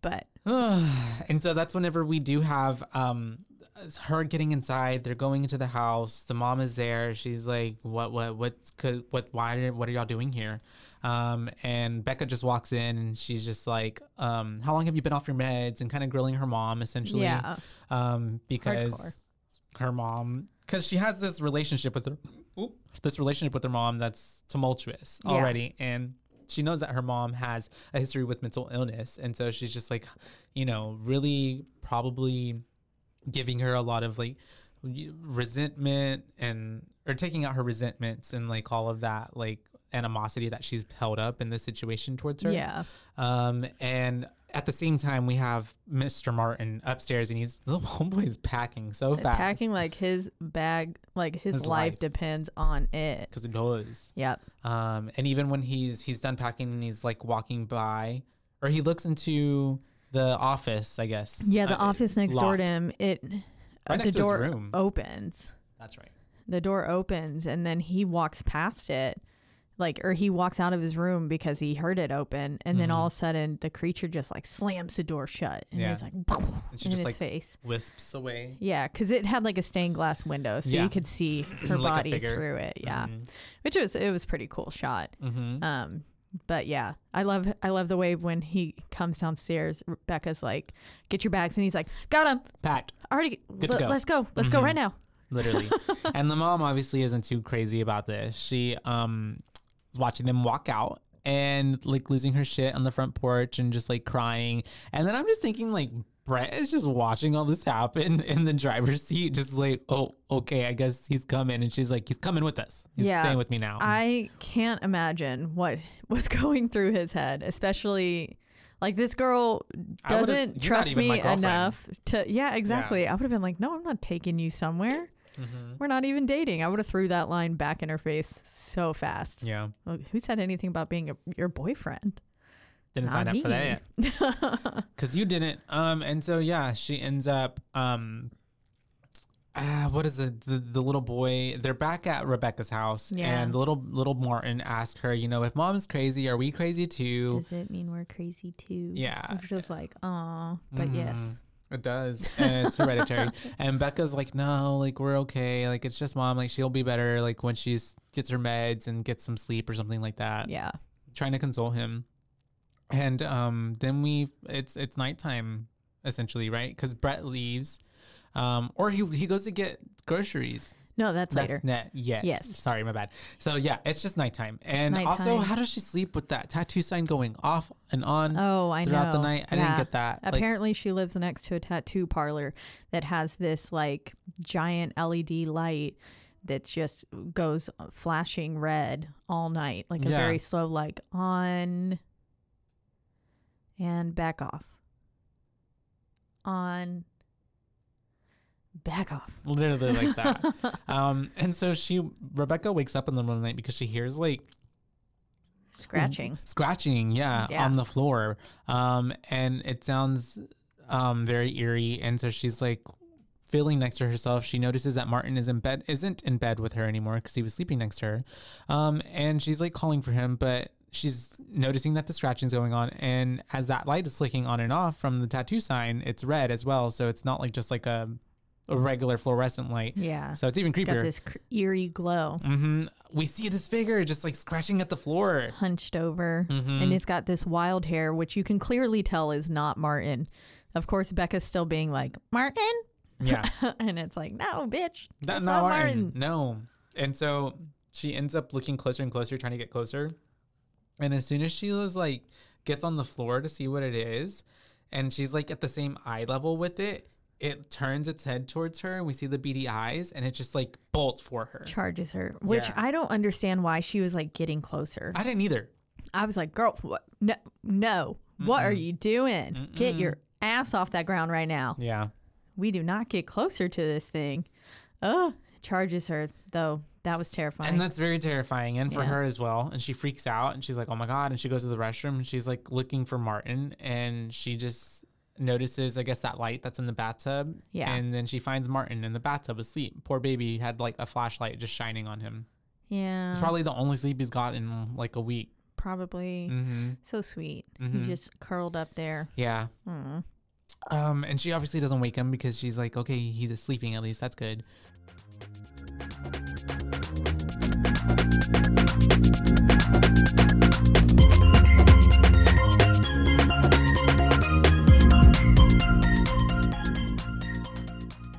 C: but
B: and so that's whenever we do have um it's her getting inside they're going into the house the mom is there she's like what what what's could what why are- what are y'all doing here um and becca just walks in and she's just like um how long have you been off your meds and kind of grilling her mom essentially
C: yeah,
B: um because
C: Hardcore.
B: her mom because she has this relationship with her oop, this relationship with her mom that's tumultuous
C: Yeah.
B: already and she knows that her mom has a history with mental illness and so she's just like you know really probably giving her a lot of like resentment and or taking out her resentments and like all of that like animosity that she's held up in this situation towards her.
C: Yeah.
B: Um, and at the same time, we have Mr. Martin upstairs, and he's the homeboy is packing so fast.
C: Packing like his bag, like his,
B: His
C: life,
B: life.
C: depends on it.
B: because it does.
C: Yep.
B: Um, and even when he's he's done packing and he's like walking by, or he looks into the office, I guess.
C: Yeah, the
B: Uh,
C: office
B: it's
C: next door to
B: locked.
C: him, it
B: Right
C: the
B: next to his
C: door
B: room.
C: opens.
B: That's right.
C: The door opens and then he walks past it. Like or he walks out of his room because he heard it open and then all of a sudden the creature just like slams the door shut
B: Mm-hmm.
C: and
B: Yeah.
C: it's like boom,
B: And she
C: in
B: just,
C: his
B: like,
C: face.
B: Wisps away.
C: Yeah, because it had like a stained glass window, so
B: Yeah.
C: you could see her
B: Like a
C: body
B: figure. Mm-hmm.
C: through it. Yeah, which was it was pretty cool shot.
B: Mm.
C: Um, but yeah, I love I love the way when he comes downstairs, Rebecca's like, "Get your bags," and he's like, "Got him
B: Packed,
C: already.
B: Good to
C: le-
B: go." Mm-hmm.
C: Let's go. Let's go right now."
B: literally. and the mom obviously isn't too crazy about this. She um is watching them walk out and like losing her shit on the front porch and just like crying. And then I'm just thinking like Brett is just watching all this happen in the driver's seat, just like, oh, okay, I guess he's coming. And she's like, he's coming with us. He's
C: Yeah.
B: staying with me now.
C: I can't imagine what was going through his head, especially like this girl
B: I would've- you're
C: doesn't
B: not
C: trust
B: even my
C: me
B: girlfriend.
C: enough to. Yeah, exactly. I would have been like, no, I'm not taking you somewhere.
B: Mm-hmm.
C: We're not even dating. I would have threw that line back in her face so fast.
B: yeah.
C: Well, who said anything about being a, your boyfriend?
B: Didn't sign
C: Not
B: up for that
C: me.
B: yet. Cause you didn't. Um, and so yeah, she ends up um uh, what is it? The, the little boy, they're back at Rebecca's house,
C: Yeah.
B: and the little little Martin asked her, you know, if mom's crazy, are we crazy too?
C: Does it mean we're crazy too?
B: Yeah. Mm-hmm.
C: Which was like, oh, but yes.
B: It does. And it's hereditary. and Becca's like, no, like we're okay. Like it's just mom. Like she'll be better. Like when she gets her meds and gets some sleep or something like that.
C: Yeah.
B: Trying to console him. And um, then we it's it's nighttime essentially, right? Because Brett leaves, um, or he he goes to get groceries.
C: No, that's, later.
B: That's net yet.
C: Yes.
B: Sorry, my bad. So yeah, it's just nighttime. And also,
C: nighttime.
B: how does she sleep with that tattoo sign going off and on?
C: Oh, I know.
B: throughout the night? I didn't
C: Yeah.
B: get that. Like-
C: Apparently, she lives next to a tattoo parlor that has this like giant LED light that just goes flashing red all night, like a
B: Yeah.
C: very slow, like on and back off, on back off.
B: literally like that. um, and so she Rebecca wakes up in the middle of the night because she hears like
C: Scratching.
B: scratching, yeah,
C: Yeah.
B: on the floor. Um, and it sounds um very eerie. And so she's like feeling next to herself. She notices that Martin is in bed isn't in bed with her anymore because he was sleeping next to her. Um, and she's like calling for him, but she's noticing that the scratching's going on and as that light is flicking on and off from the tattoo sign it's red as well so it's not like just like a, a regular fluorescent light
C: Yeah.
B: so it's even creepier
C: Got this cr- eerie glow,
B: hmm We see this figure just like scratching at the floor.
C: hunched over,
B: Mm-hmm.
C: and it's got this wild hair, which you can clearly tell is not Martin. Of course, Becca's still being like, Martin?
B: Yeah,
C: and it's like, no, bitch.
B: that's not Martin. No, and so she ends up looking closer and closer, trying to get closer. And as soon as she was like gets on the floor to see what it is, and she's like at the same eye level with it, it turns its head towards her, and we see the beady eyes, and it just like bolts for her.
C: Charges her, which
B: Yeah.
C: I don't understand why she was like getting closer.
B: I didn't either.
C: I was like, girl, what? No, no. What are you doing? Get your ass off that ground right now.
B: Yeah,
C: We do not get closer to this thing. Ugh. Charges her, though. That was terrifying.
B: And that's very terrifying, and for
C: Yeah.
B: her as well. And she freaks out, and she's like, "Oh my god!" And she goes to the restroom, and she's like looking for Martin, and she just notices, I guess, that light that's in the bathtub.
C: Yeah.
B: And then she finds Martin in the bathtub asleep. Poor baby had like a flashlight just shining on him.
C: yeah.
B: It's probably the only sleep he's got in like a week.
C: probably.
B: Mm-hmm.
C: So sweet.
B: Mhm.
C: He just curled up there.
B: Yeah.
C: Mm.
B: Um, and she obviously doesn't wake him because she's like, okay, he's sleeping at least. That's good.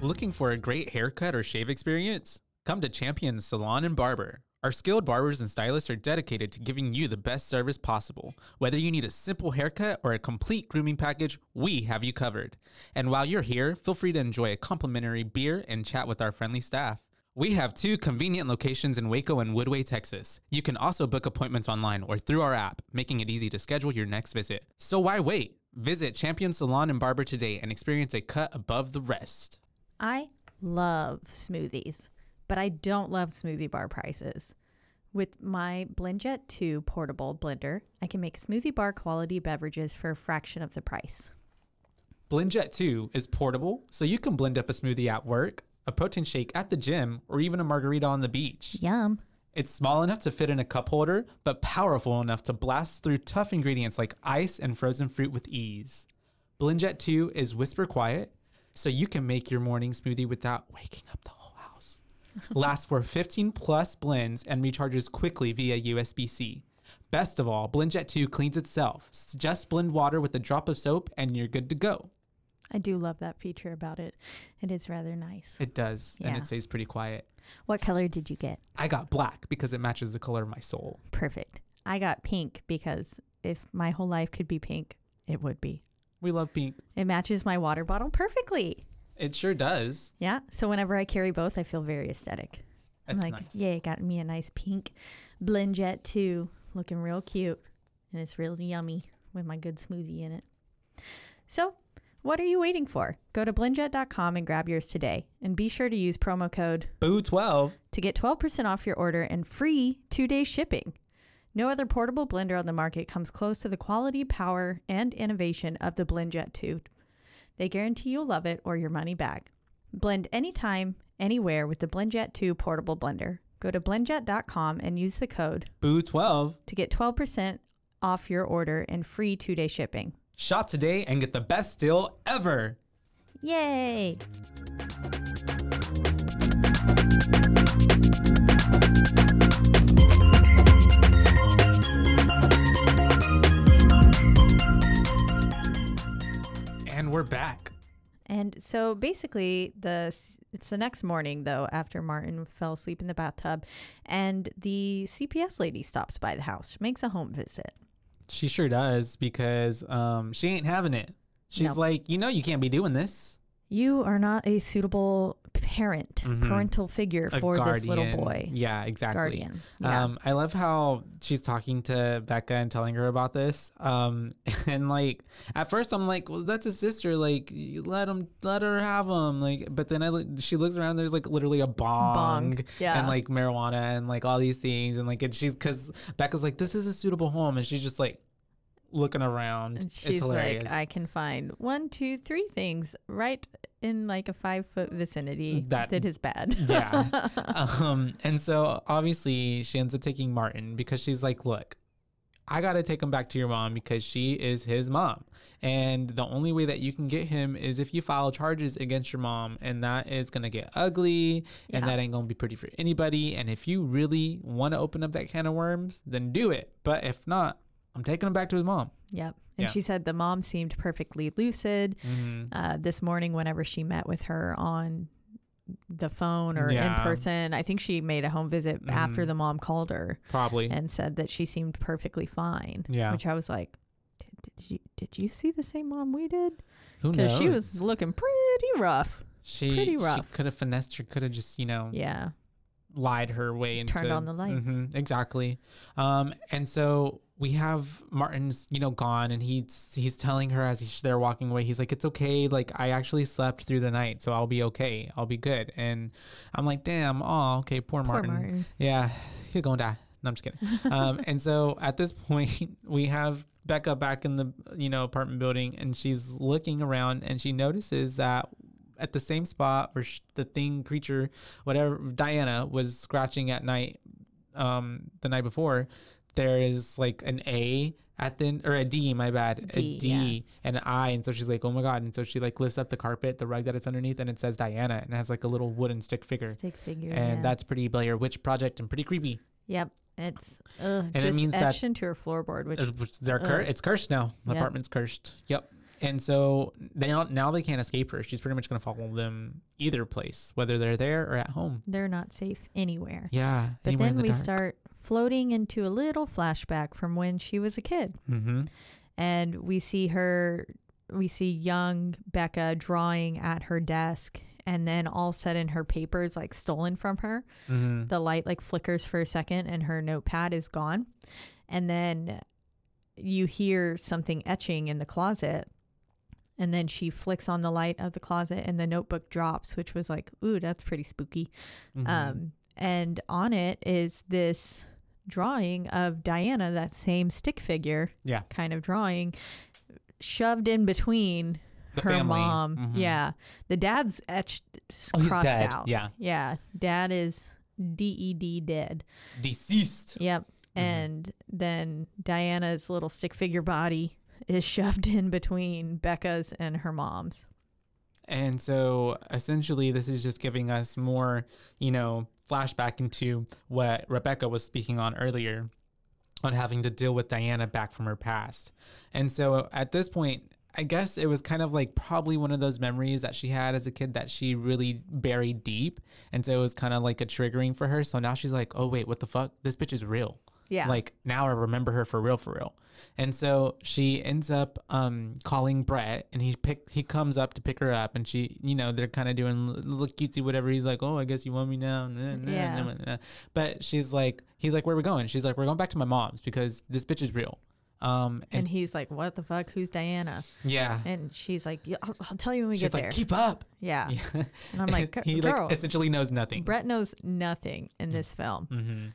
B: Looking for a great haircut or shave experience? Come to Champion Salon and Barber. Our skilled barbers and stylists are dedicated to giving you the best service possible. Whether you need a simple haircut or a complete grooming package, we have you covered. And while you're here, feel free to enjoy a complimentary beer and chat with our friendly staff. We have two convenient locations in Waco and Woodway, Texas. You can also book appointments online or through our app, making it easy to schedule your next visit. So why wait? Visit Champion Salon and Barber today and experience a cut above the rest.
C: I love smoothies, but I don't love smoothie bar prices. With my BlendJet 2 portable blender, I can make smoothie bar quality beverages for a fraction of the price.
B: BlendJet 2 is portable, so you can blend up a smoothie at work, a protein shake at the gym, or even a margarita on the beach.
C: Yum.
B: It's small enough to fit in a cup holder, but powerful enough to blast through tough ingredients like ice and frozen fruit with ease. BlendJet 2 is whisper quiet, so you can make your morning smoothie without waking up the whole house. Lasts for 15 plus blends and recharges quickly via USB C. Best of all, BlendJet 2 cleans itself. S- Just blend water with a drop of soap and you're good to go.
C: I do love that feature about it. It is rather nice.
B: It does, and
C: Yeah.
B: it stays pretty quiet.
C: What color did you get?
B: I got black because it matches the color of my soul.
C: Perfect. I got pink because if my whole life could be pink, it would be.
B: We love pink.
C: It matches my water bottle perfectly.
B: It sure does.
C: Yeah. So whenever I carry both, I feel very aesthetic.
B: That's
C: I'm like,
B: nice.
C: yay, got me a nice pink blend jet too, looking real cute. And it's real yummy with my good smoothie in it. So, what are you waiting for? Go to blendjet.com and grab yours today. And be sure to use promo code
B: Boo 12.
C: to get 12% off your order and free two day shipping. No other portable blender on the market comes close to the quality, power, and innovation of the BlendJet 2. They guarantee you'll love it or your money back. Blend anytime, anywhere with the BlendJet 2 portable blender. Go to blendjet.com and use the code
B: Boo 12.
C: to get 12% off your order and free two day shipping.
B: Shop today and get the best deal ever.
C: Yay!
B: And we're back.
C: And so basically, the it's the next morning though after Martin fell asleep in the bathtub, and the CPS lady stops by the house, makes a home visit.
B: She sure does because um, she ain't having it. She's
C: No.
B: like, you know, you can't be doing this.
C: You are not a suitable parent, parental figure
B: Mm-hmm. A
C: for this little
B: guardian.
C: boy,
B: Yeah, exactly.
C: guardian. Yeah.
B: Um, I love how she's talking to Becca and telling her about this. Um, and like at first I'm like, well, that's his sister. Like, you let him, let her have him. Like, but then I look, she looks around. There's like literally a bong,
C: yeah.
B: and like marijuana and like all these things. And like, and she's because Becca's like, this is a suitable home, and she's just like looking around.
C: and
B: it's
C: she's
B: hilarious.
C: like, I can find one, two, three things right in like a five foot vicinity
B: That-
C: that is bad.
B: yeah. Um, and so obviously she ends up taking Martin because she's like, look, I got to take him back to your mom because she is his mom. And the only way that you can get him is if you file charges against your mom. And that is going to get ugly and
C: Yeah.
B: that ain't going to be pretty for anybody. And if you really want to open up that can of worms, then do it. But if not, I'm taking him back to his mom.
C: Yep. And
B: Yeah.
C: she said the mom seemed perfectly lucid uh, this morning whenever she met with her on the phone or
B: Yeah. Mm-hmm.
C: in person. I think she made a home visit after the mom called her
B: Probably.
C: and said that she seemed perfectly fine.
B: Yeah.
C: Which I was like, "Did- did you, did you see the same mom we did?
B: Who
C: Because
B: knows?
C: she was looking pretty rough.
B: she,
C: pretty
B: She
C: rough.
B: could have finessed her, could have just, you know,
C: Yeah.
B: lied her way into
C: Turned on the lights.
B: Mhm, exactly. Um, and so we have Martin's, you know, gone, and he's he's telling her as he's, they're walking away, he's like, "It's okay. Like I actually slept through the night, so I'll be okay. I'll be good." And I'm like, "Damn. Oh, okay. Poor
C: Poor
B: Martin.
C: Martin.
B: Yeah, he's gonna die." No, I'm just kidding. um, and so at this point, we have Becca back in the you know apartment building, and she's looking around, and she notices that at the same spot where sh- the thing creature whatever diana was scratching at night um the night before there is like an a at the or a d my bad
C: D,
B: a d and an i and so she's like oh my god and so she like lifts up the carpet the rug that it's underneath and it says diana and it has like a little wooden stick figure
C: Stick figure.
B: and
C: yeah.
B: that's pretty blair witch project and pretty creepy
C: Yep. It's ugh,
B: it
C: just
B: means that-
C: etched into her floorboard, which
B: Uh, which they're cur-
C: Ugh.
B: it's cursed now the
C: Yep.
B: apartment's cursed yep and so they don't, now they can't escape her she's pretty much going to follow them either place whether they're there or at home
C: they're not safe anywhere.
B: yeah
C: But
B: anywhere in
C: then
B: the
C: we
B: dark.
C: start floating into a little flashback from when she was a kid.
B: mm-hmm.
C: And we see her, we see young Becca drawing at her desk and then all of a sudden her paper is like stolen from her.
B: Mhm.
C: The light like flickers for a second and her notepad is gone. And then you hear something etching in the closet. And then she flicks on the light of the closet and the notebook drops, which was like, ooh, that's pretty spooky.
B: Mhm.
C: Um, and on it is this drawing of Diana, that same stick figure
B: Yeah.
C: kind of drawing, shoved in between
B: The
C: her
B: family.
C: mom.
B: Mhm.
C: Yeah. The dad's etched, s-
B: Oh, he's
C: crossed
B: dead.
C: out.
B: Yeah.
C: Yeah. Dad is D E D dead.
B: Deceased.
C: Yep.
B: Mm-hmm.
C: And then Diana's little stick figure body is shoved in between Becca's and her mom's.
B: And so essentially, this is just giving us more, you know, flashback into what Rebecca was speaking on earlier on having to deal with Diana back from her past. And so at this point, I guess it was kind of like probably one of those memories that she had as a kid that she really buried deep. And so it was kind of like a triggering for her. So now she's like, oh, wait, what the fuck? This bitch is real.
C: Yeah.
B: Like now I remember her for real, for real. And so she ends up um, calling Brett, and he pick he comes up to pick her up, and she, you know, they're kind of doing l- little cutesy whatever. He's like, oh, I guess you want me now. Nah, nah,
C: Yeah.
B: nah, nah, nah. But she's like, he's like, where are we going? She's like, we're going back to my mom's because this bitch is real. Um,
C: And,
B: and,
C: he's like, What the fuck? Who's Diana?
B: yeah,
C: And she's like, yeah, I'll, I'll tell you when we
B: she's
C: get
B: like,
C: there.
B: keep up.
C: yeah.
B: Yeah.
C: And I'm like,
B: he
C: girl,
B: like essentially knows nothing.
C: Brett knows nothing in this film.
B: hmm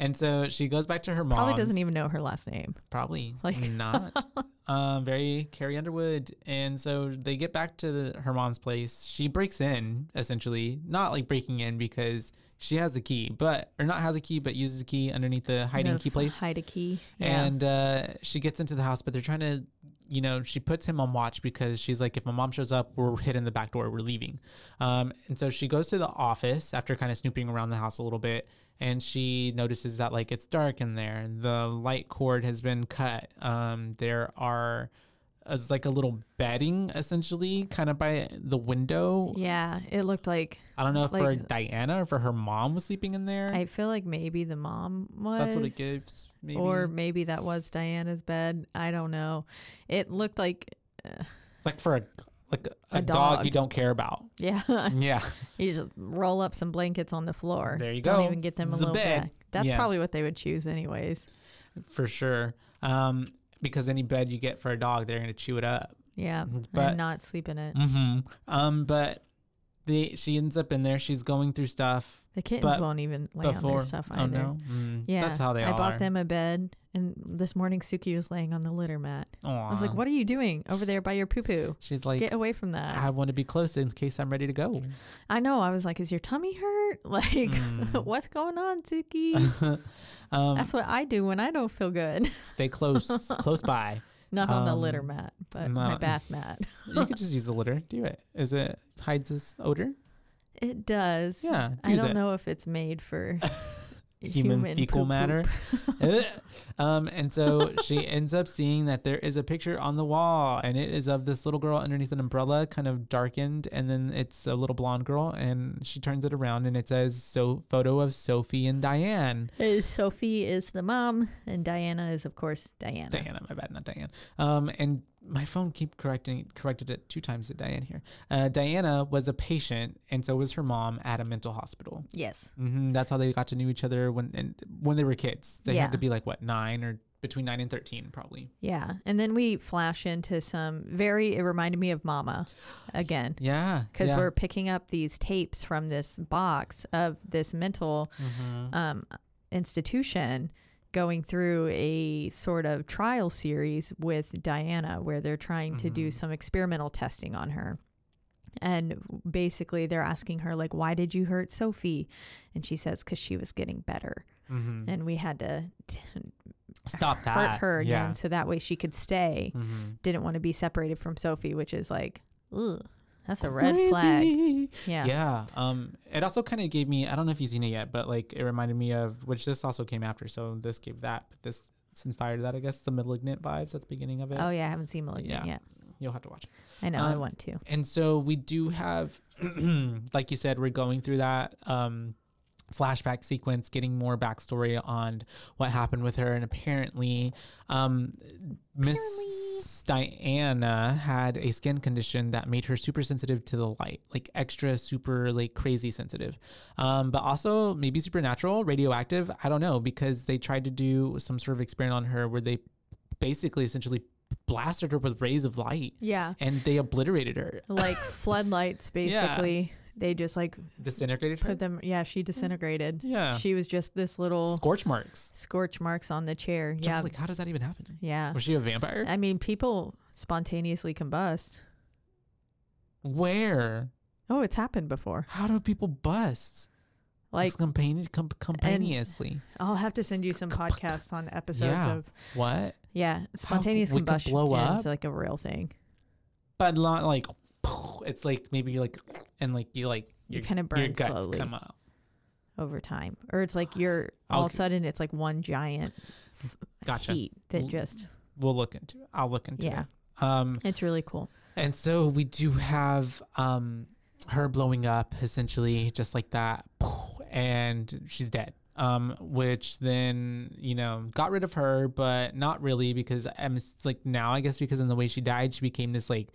B: And so she goes back to her mom.
C: Probably doesn't even know her last name.
B: probably
C: Like-
B: not um very carrie underwood and so they get back to the, her mom's place she breaks in essentially not like breaking in because she has a key but or not has a key but uses a key underneath the hiding
C: No,
B: key place
C: Hide a key. Yeah.
B: and uh she gets into the house but they're trying to you know she puts him on watch because she's like if my mom shows up we're hidden in the back door we're leaving um and so she goes to the office after kind of snooping around the house a little bit and she notices that like it's dark in there the light cord has been cut um there are it's like a little bedding essentially kind of by the window
C: yeah. It looked like
B: i don't know if for
C: Like-
B: diana or for her mom was sleeping in there
C: I feel like maybe the mom was.
B: that's what it gives maybe
C: Or maybe that was Diana's bed. I don't know. It looked like,
B: like for a like a,
C: A
B: dog.
C: dog.
B: you don't care about.
C: yeah,
B: Yeah,
C: you just roll up some blankets on the floor.
B: There you
C: Don't
B: go.
C: even get them
B: The
C: a little
B: bed.
C: back. That's
B: Yeah.
C: probably what they would choose, anyways.
B: for sure. Um, because any bed you get for a dog, they're gonna chew it up.
C: Yeah,
B: But-
C: and not sleep in it.
B: Mm-hmm. Um, but the she ends up in there. She's going through stuff
C: The kittens
B: but
C: won't even lay on
B: before.
C: their stuff either.
B: oh no, Mm,
C: Yeah,
B: that's how they
C: I
B: all
C: bought
B: are.
C: them a bed, and this morning Suki was laying on the litter mat. I was like,
B: Aw.
C: "What are you doing over there by your poo poo?
B: She's like,
C: Get away from that!"
B: I want to be close in case I'm ready to go.
C: I know. I was like, "Is your tummy hurt? Like,
B: Mm.
C: what's going on, Suki?"
B: um,
C: That's what I do when I don't feel good.
B: stay close, close by.
C: Not on the
B: Um,
C: litter mat, but my
B: no.
C: bath mat.
B: You could just use the litter. Do it. Is it hides this odor?
C: It does.
B: Yeah,
C: I
B: use
C: don't
B: it.
C: know if it's made for
B: human, fecal
C: poo-poo.
B: matter. Ugh. um, and so she ends up seeing that there is a picture on the wall, and it is of this little girl underneath an umbrella, kind of darkened, and then it's a little blonde girl, and she turns it around, and it says so photo of Sophie and Diane.
C: Uh, Sophie is the mom, and Diana is, of course, Diana.
B: Diana, my bad, not Diane. Um, and my phone keep correcting corrected it two times to Diane here. Uh, Diana was a patient, and so was her mom at a mental hospital.
C: Yes.
B: hmm That's how they got to know each other when and when they were kids. They had to
C: Yeah.
B: be like what nine or between nine and thirteen, probably.
C: Yeah. And then we flash into some very, it reminded me of Mama again.
B: Yeah,
C: Because
B: yeah.
C: we're picking up these tapes from this box of this mental
B: Mm-hmm.
C: um, institution going through a sort of trial series with Diana, where they're trying to
B: Mm-hmm.
C: do some experimental testing on her. And basically, they're asking her, like, why did you hurt Sophie? And she says, because she was getting better.
B: Mm-hmm.
C: And we had to t-
B: stop that.
C: hurt her again so that way she could stay.
B: Mm-hmm.
C: Didn't want to be separated from Sophie, which is like, ugh, that's a red flag.
B: Crazy.
C: Yeah.
B: Yeah. Um. It also kind of gave me. I don't know if you've seen it yet, but like it reminded me of which this also came after. So this gave that, but this inspired that. I guess the malignant vibes at the beginning of it.
C: Oh, yeah, I haven't seen
B: Yeah.
C: Malignant yet.
B: You'll have to watch. it.
C: I know, I
B: Um,
C: want to.
B: And so we do have, like you said, we're going through that. Um, flashback sequence getting more backstory on what happened with her and apparently um miss Diana had a skin condition that made her super sensitive to the light, like extra super like crazy sensitive. Um, but also maybe supernatural, radioactive, I don't know, because they tried to do some sort of experiment on her where they basically essentially blasted her with rays of light
C: Yeah.
B: and they obliterated her.
C: Like floodlights, basically. They just like
B: Disintegrated her.
C: put them. Yeah, she disintegrated.
B: Yeah.
C: She was just this little
B: Scorch marks.
C: scorch marks on the chair.
B: So I
C: Yeah.
B: was like, how does that even happen?
C: yeah.
B: Was she a vampire?
C: I mean, people spontaneously combust.
B: Where?
C: Oh, it's happened before.
B: How do people bust?
C: Like,
B: Just compani- com- companiously.
C: I'll have to send you some podcasts on episodes
B: Yeah.
C: of
B: What?
C: yeah, spontaneous
B: we could
C: combustion
B: blow
C: is
B: up?
C: like a real thing.
B: But not like it's like maybe you're like and like you like
C: You
B: your-
C: kinda
B: your
C: burn
B: guts
C: slowly.
B: come out.
C: over time, or it's like you're all of a
B: Okay.
C: sudden it's like one giant
B: Gotcha.
C: heat that
B: L-
C: just
B: We'll look into it. I'll look into
C: Yeah.
B: it. Um
C: it's really cool.
B: and so we do have um her blowing up essentially just like that and she's dead. Um, which then you know got rid of her, but not really because I'm s- like now I guess because in the way she died, she became this like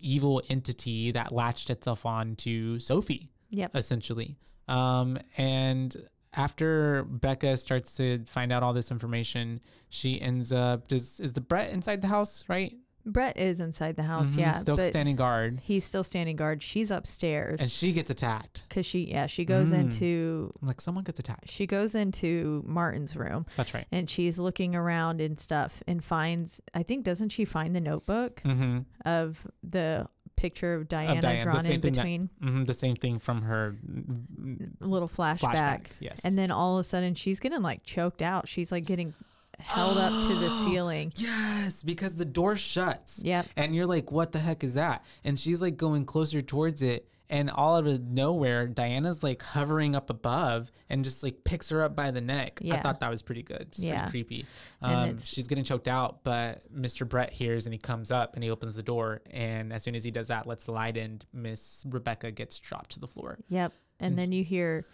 B: evil entity that latched itself on to Sophie.
C: Yep.
B: essentially. Um, and after Becca starts to find out all this information, she ends up does is the Brett inside the house, right?
C: Brett is inside the house,
B: Mhm,
C: yeah,
B: still
C: but
B: standing guard,
C: he's still standing guard. She's upstairs
B: and she gets attacked.
C: because she yeah she goes
B: Mm.
C: into
B: Like someone gets attacked.
C: she goes into Martin's room
B: That's right.
C: and she's looking around and stuff and finds I think doesn't she find the notebook
B: Mm-hmm.
C: of the picture of Diana,
B: Diana, the
C: drawn in
B: same thing that-
C: between
B: hmm The same thing from her mm,
C: little flashback.
B: flashback. Yes.
C: And then all of a sudden she's getting like choked out. She's like getting held up to the ceiling.
B: yes, because the door shuts.
C: Yep.
B: And you're like, what the heck is that? And she's like going closer towards it. And all out of nowhere, Diana's like hovering up above and just like picks her up by the neck. I
C: Yeah.
B: thought that was pretty good. It's
C: Yeah.
B: pretty creepy.
C: And
B: Um,
C: it's-
B: she's getting choked out, but Mr. Brett hears and he comes up and he opens the door. And as soon as he does that, lets the light in. Miss Rebecca gets dropped to the floor.
C: Yep. And then you hear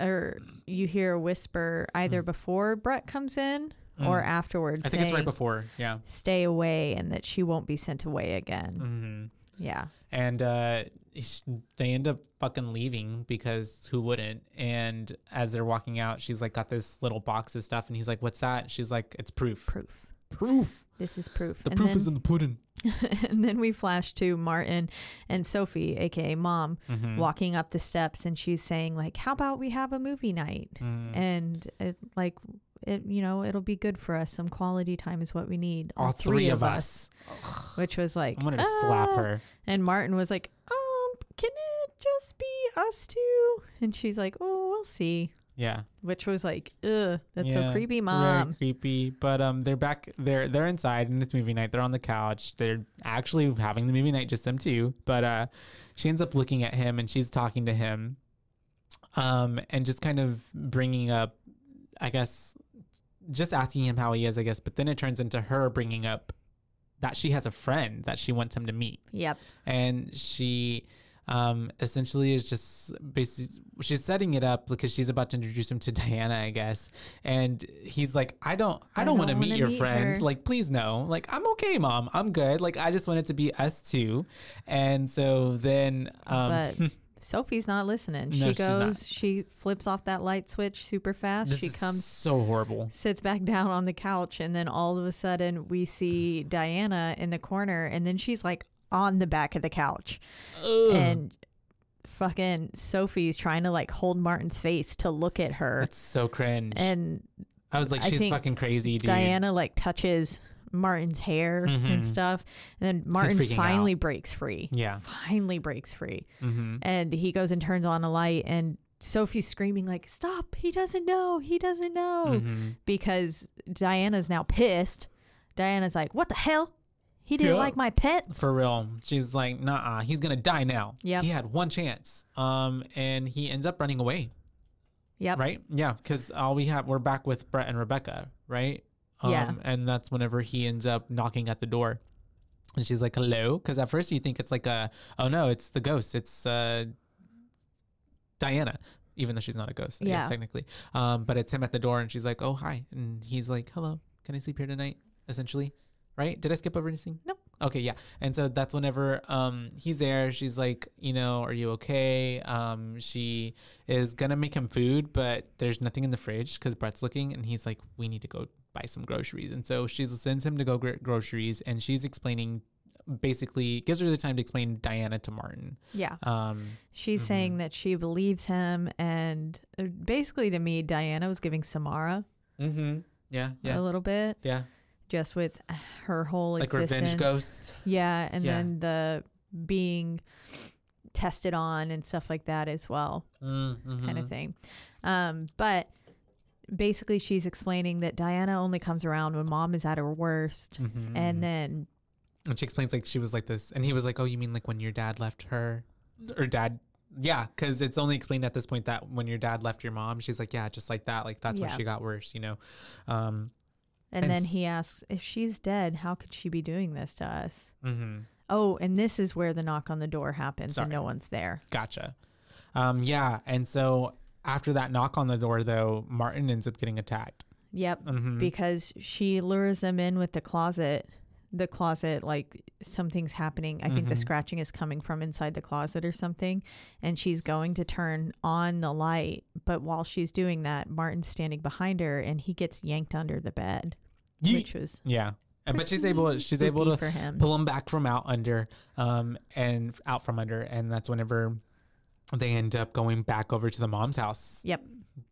C: or you hear a whisper either before Brett comes in or
B: Mm.
C: afterwards
B: Hmm. I think it's right
C: saying,
B: before. Yeah.
C: stay away and that she won't be sent away again.
B: hmm
C: Yeah.
B: and uh, sh- they end up fucking leaving because who wouldn't? And as they're walking out, she's like got this little box of stuff, and he's like, "What's that?" She's like, "It's proof."
C: Proof.
B: Proof.
C: This is proof.
B: The
C: and
B: proof
C: then,
B: is in the pudding.
C: and then we flash to Martin and Sophie, aka mom,
B: Mhm.
C: walking up the steps and she's saying like, "How about we have a movie night?"
B: Mm.
C: and it, like it you know it'll be good for us some quality time is what we need
B: all three of us.
C: which was like
B: I'm gonna slap
C: "Ah."
B: her.
C: and martin was like um can it just be us two and she's like oh we'll see
B: Yeah,
C: which was like ugh that's so
B: Yeah,
C: creepy
B: Very
C: mom
B: creepy. But um, they're back. They're they're inside, and it's movie night. They're on the couch. They're actually having the movie night, just them two. But uh, she ends up looking at him, and she's talking to him, um, and just kind of bringing up, I guess, just asking him how he is, I guess. But then it turns into her bringing up that she has a friend that she wants him to meet
C: yep
B: and she um essentially is just basically she's setting it up because she's about to introduce him to Diana I guess and he's like I don't I,
C: I
B: don't want to
C: don't
B: meet
C: wanna
B: your
C: meet
B: friend
C: her."
B: like please no like I'm okay mom I'm good like I just want it to be us two and so then um
C: but sophie's not listening
B: No,
C: she
B: she's not.
C: goes she flips off that light switch super fast
B: this
C: she
B: is
C: comes
B: so horrible
C: sits back down on the couch and then all of a sudden we see Diana in the corner and then she's like on the back of the couch and fucking Sophie's trying to like hold Martin's face to look at her
B: that's so cringe
C: and
B: I was like
C: I
B: she's
C: think
B: fucking crazy dude
C: Diana like touches Martin's hair and
B: Mhm.
C: stuff and then Martin
B: freaking
C: finally breaks free
B: yeah
C: finally breaks free
B: hmm
C: and he goes and turns on a light and Sophie's screaming like stop he doesn't know he doesn't know
B: hmm
C: because Diana's now pissed. Diana's like, "What the hell? He didn't
B: Yeah.
C: like my pets."
B: For real. She's like, nah, he's gonna die now.
C: Yep.
B: He had one chance. Um, and he ends up running away.
C: yep.
B: Right? Yeah, because all we have we're back with Brett and Rebecca, right? Um
C: Yeah.
B: and that's whenever he ends up knocking at the door. And she's like, Hello? Because at first you think it's like a oh no, it's the ghost. It's uh Diana. Even though she's not a ghost, I
C: Yeah.
B: guess technically. Um, but it's him at the door and she's like, Oh hi. And he's like, Hello, can I sleep here tonight? Essentially. right? Did I skip over anything?
C: Nope.
B: Okay, yeah. And so that's whenever um he's there, she's like, you know, are you okay? Um, she is gonna make him food, but there's nothing in the fridge because Brett's looking, and he's like, we need to go buy some groceries. And so she sends him to go gr- groceries, and she's explaining, basically gives her the time to explain Diana to Martin.
C: Yeah.
B: Um,
C: She's saying that she believes him. And uh, basically, to me, Diana was giving Samara
B: mm-hmm. Yeah,
C: a
B: yeah,
C: little bit
B: yeah.
C: just with her whole
B: Like
C: existence.
B: revenge ghost.
C: Yeah. And
B: Yeah.
C: then the being tested on and stuff like that as well.
B: Mm-hmm.
C: kind of thing. Um, but basically, she's explaining that Diana only comes around when mom is at her worst.
B: Mm-hmm. Mm.
C: And then,
B: And she explains like she was like this, and he was like, "Oh, you mean like when your dad left her, or dad? Yeah, because it's only explained at this point that when your dad left your mom, she's like, yeah, just like that, like that's when
C: Yeah.
B: she got worse, you know." Um,
C: and,
B: And
C: then
B: s-
C: he asks, if she's dead, how could she be doing this to us?
B: mhm.
C: Oh, and this is where the knock on the door happens
B: Sorry.
C: and no one's there.
B: Gotcha. Um, yeah, and so after that knock on the door, though, Martin ends up getting attacked.
C: Yep.
B: Mhm.
C: Because she lures them in with the closet. The closet, like something's happening. I think the
B: Mhm.
C: scratching is coming from inside the closet or something. And she's going to turn on the light. But while she's doing that, Martin's standing behind her and he gets yanked under the bed,
B: Yeet.
C: which was
B: yeah, And- but she's able, she's able
C: spooky
B: to
C: for him.
B: pull him back from out under um and out from under and that's whenever they end up going back over to the mom's house
C: Yep.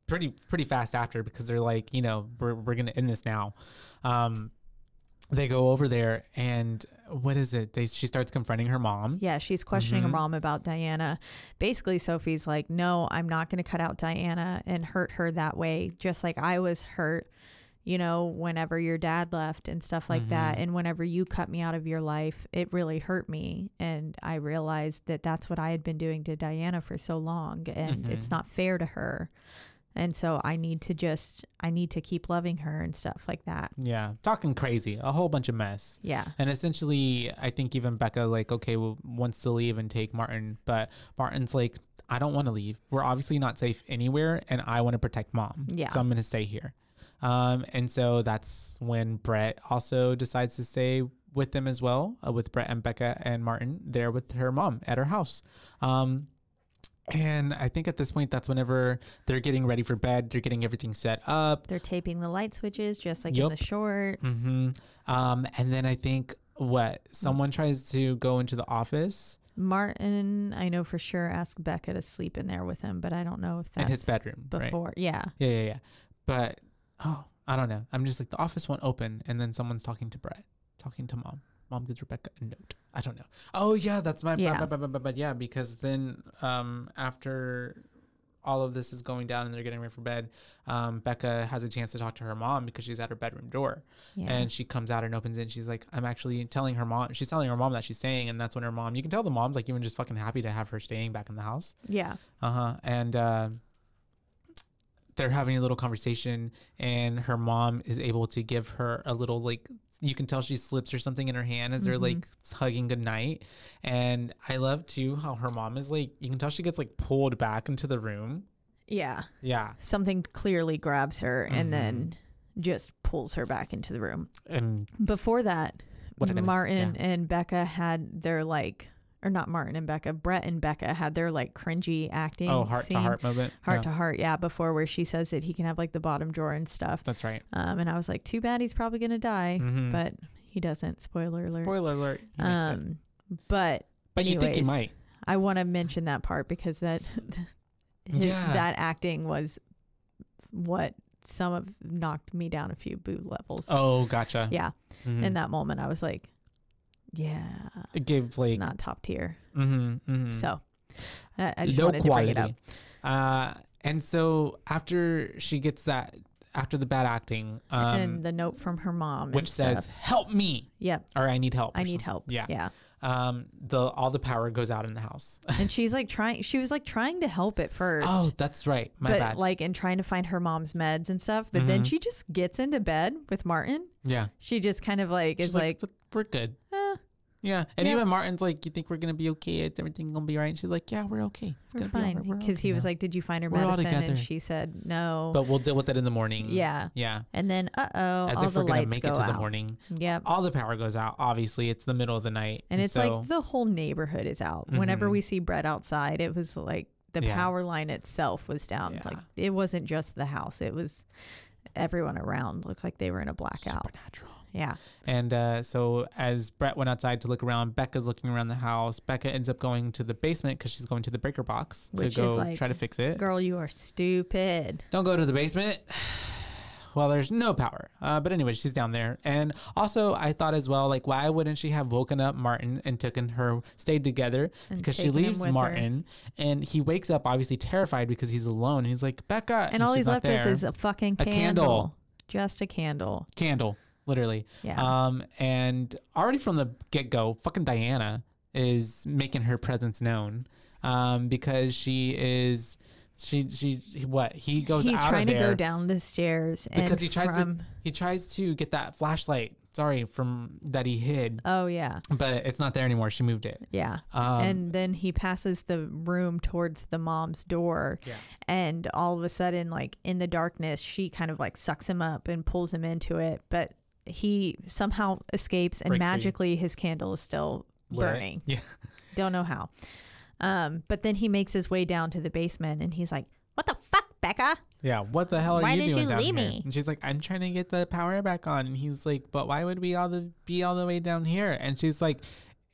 B: pretty pretty fast after because they're like you know we're, we're gonna end this now um they go over there and what is it they she starts confronting her mom
C: Yeah, she's questioning
B: Mhm.
C: her mom about Diana. Basically, Sophie's like, "No, I'm not going to cut out Diana and hurt her that way, just like I was hurt, you know, whenever your dad left and stuff like that, and whenever you cut me out of your life, it really hurt me, and I realized that that's what I had been doing to Diana for so long, and it's
B: Mhm.
C: not fair to her." And so I need to just I need to keep loving her and stuff like that.
B: yeah talking crazy a whole bunch of mess
C: Yeah.
B: And essentially, I think even Becca, like, okay, well, wants to leave and take Martin, but Martin's like, I don't want to leave. We're obviously not safe anywhere, and I want to protect mom.
C: Yeah.
B: So I'm going to stay here. Um, and so that's when Brett also decides to stay with them as well, uh, with Brett and Becca and Martin there with her mom at her house. Um, and I think at this point, that's whenever they're getting ready for bed, they're getting everything set up,
C: They're taping the light switches just like in
B: Yup.
C: the short.
B: hmm Um, and then I think what someone tries to go into the office
C: Martin, I know for sure, asked Becca to sleep in there with him, but I don't know if that's
B: in his bedroom Right?
C: before. Yeah.
B: Yeah, yeah, yeah. But oh, I don't know. I'm just like the office won't open, and then someone's talking to Brett, talking to mom. Mom gives Rebecca a note. I don't know. Oh yeah, that's my
C: Yeah.
B: yeah. But, but, but, but, but yeah, because then um after all of this is going down and they're getting ready for bed, um Becca has a chance to talk to her mom because she's at her bedroom door.
C: Yeah.
B: And she comes out and opens it. And she's like, I'm actually telling her mom. She's telling her mom that she's staying. And that's when her mom, you can tell the mom's like even just fucking happy to have her staying back in the house.
C: yeah.
B: Uh huh. And uh, they're having a little conversation. And her mom is able to give her a little like, you can tell she slips or something in her hand as
C: Mm-hmm.
B: they're like hugging goodnight. And I love too how her mom is like, you can tell she gets like pulled back into the room.
C: Yeah.
B: Yeah.
C: Something clearly grabs her
B: Mm-hmm.
C: and then just pulls her back into the room.
B: And
C: Before that,
B: What a goodness,
C: Martin eh, and Becca had their like, or not Martin and Becca, Brett and Becca had their like cringy acting.
B: oh, heart to
C: scene.
B: heart moment.
C: Heart
B: Yeah.
C: to heart, yeah. Before where she says that he can have like the bottom drawer and stuff,
B: That's right.
C: um, and I was like, too bad he's probably gonna die,
B: Mhm.
C: but he doesn't. Spoiler alert.
B: Spoiler alert. he makes it.
C: Um, but
B: But you think he
C: Anyways.
B: might.
C: I want to mention that part because that his,
B: Yeah.
C: that acting was what some of knocked me down a few boo levels.
B: Oh, gotcha.
C: Yeah,
B: Mhm.
C: in that moment, I was like, "Yeah,
B: it gave
C: it's
B: like
C: not top tier."
B: mhm, mhm.
C: So I, I just
B: low
C: wanted
B: quality.
C: to bring it up.
B: Uh, and so after she gets that, after the bad acting, um,
C: and the note from her mom,
B: which
C: and stuff.
B: says "Help me"
C: "Yep,
B: or "I need help," or
C: I need
B: something.
C: help."
B: Yeah.
C: yeah.
B: Um, the all the power goes out in the house.
C: And she's like trying. She was like trying to help at first.
B: oh, that's right. My
C: but
B: bad.
C: like in trying to find her mom's meds and stuff, but then
B: Mhm.
C: she just gets into bed with Martin.
B: yeah.
C: She just kind of like
B: She's
C: is like,
B: "But we're good.
C: "Eh,
B: Yeah, and
D: Yeah.
B: even Martin's like, "You think we're gonna be okay? Is everything gonna be right?" And she's like, "Yeah, we're okay. It's
C: We're
B: gonna be all
C: fine.
B: right. We're
C: Because he
B: okay
C: was
B: now."
C: like, Did you find her
B: We're all
C: medicine?
B: together.
C: And she said, No.
B: "But we'll deal with that in the morning."
C: yeah.
B: yeah.
C: And then, uh oh,
B: As
C: all
B: if we're
C: the
B: gonna
C: lights
B: make
C: go
B: it to
C: out.
B: the morning.
C: Yep.
B: All the power goes out. Obviously, it's the middle of the night,
C: And it's
B: so-
C: like the whole neighborhood is out. Whenever
B: Mhm.
C: we see Brett outside, it was like the
B: Yeah.
C: power line itself was down.
B: Yeah.
C: Like it wasn't just the house, it was everyone around looked like they were in a blackout.
B: supernatural.
C: Yeah.
B: And uh, so as Brett went outside to look around, Becca's looking around the house. Becca ends up going to the basement because she's going to the breaker box
C: Which is
B: to go
C: like,
B: try to fix it.
C: Girl, you are stupid.
B: Don't go to the basement. Well, there's no power. Uh, but anyway, she's down there. And also, I thought as well, like, why wouldn't she have woken up Martin and taken her, stayed together?
C: And
B: because she
C: taken him
B: leaves
C: with her.
B: Martin and he wakes up obviously terrified because he's alone. He's like, Becca.
C: And, all
B: she's
C: he's
B: not
C: left with
B: there.
C: is a fucking
B: A
C: candle.
B: candle.
C: Just a candle.
B: candle, literally.
C: Yeah.
B: Um, and already from the get go, fucking Diana is making her presence known, um, because she is, she she what he goes
C: he's
B: out
C: trying
B: of
C: to
B: there
C: go down the stairs and
B: because he tries
C: from,
B: to he tries to get that flashlight. Sorry, from that he hid,
C: Oh yeah.
B: but it's not there anymore. She moved it.
C: Yeah.
B: Um,
C: and then he passes the room towards the mom's door.
B: Yeah.
C: And all of a sudden, like in the darkness, she kind of like sucks him up and pulls him into it. But he somehow escapes and
B: Breaks free.
C: magically his candle is still
B: lit.
C: burning.
B: Yeah.
C: Don't know how. Um, but then he makes his way down to the basement and he's like, What the fuck, Becca?
B: Yeah, what the hell are
C: Why
B: you
C: did
B: doing
C: you
B: down
C: leave
B: here?
C: me?
B: And she's like, I'm trying to get the power back on. And he's like, but why would we all the be all the way down here? And she's like,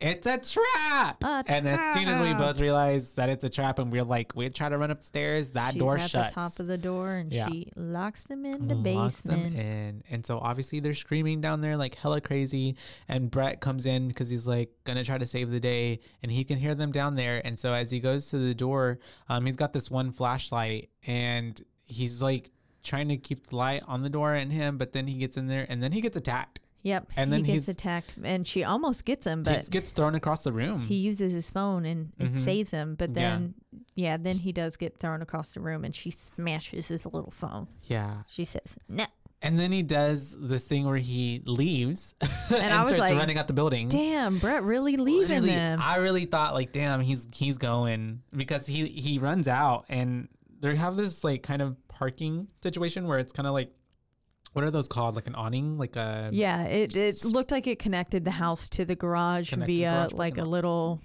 B: it's a trap.
C: A
B: and as soon as we
C: trap.
B: both realize that it's a trap, and we're like, we try to run upstairs, that
C: She's
B: door
C: at
B: shuts.
C: the top of the door and
B: Yeah.
C: she locks them in the
B: Locks them
C: basement.
B: in. And so obviously they're screaming down there like hella crazy. And Brett comes in because he's like gonna try to save the day, and he can hear them down there. And so as he goes to the door, um, he's got this one flashlight, and he's like trying to keep the light on the door and him, but then he gets in there, and then he gets attacked.
C: Yep.
B: And
C: he
B: then
C: gets
B: he's-
C: attacked and she almost gets him,
B: He
C: but
B: just gets thrown across the room.
C: he uses his phone and it
B: Mhm.
C: saves him but
B: Yeah.
C: then yeah. then he does get thrown across the room and she smashes his little phone
B: yeah,
C: she says no
B: and then he does this thing where he leaves and,
C: I was
B: starts
C: like,
B: running out the building.
C: damn brett really leaving
B: Literally,
C: them
B: I really thought like, damn, he's he's going because he he runs out and they have this like kind of parking situation where it's kind of like, what are those called? Like an awning, like uh, a
C: yeah it, it looked like it connected the house to the garage
B: Connected
C: via
B: garage
C: like
B: parking
C: a
B: lot.
C: little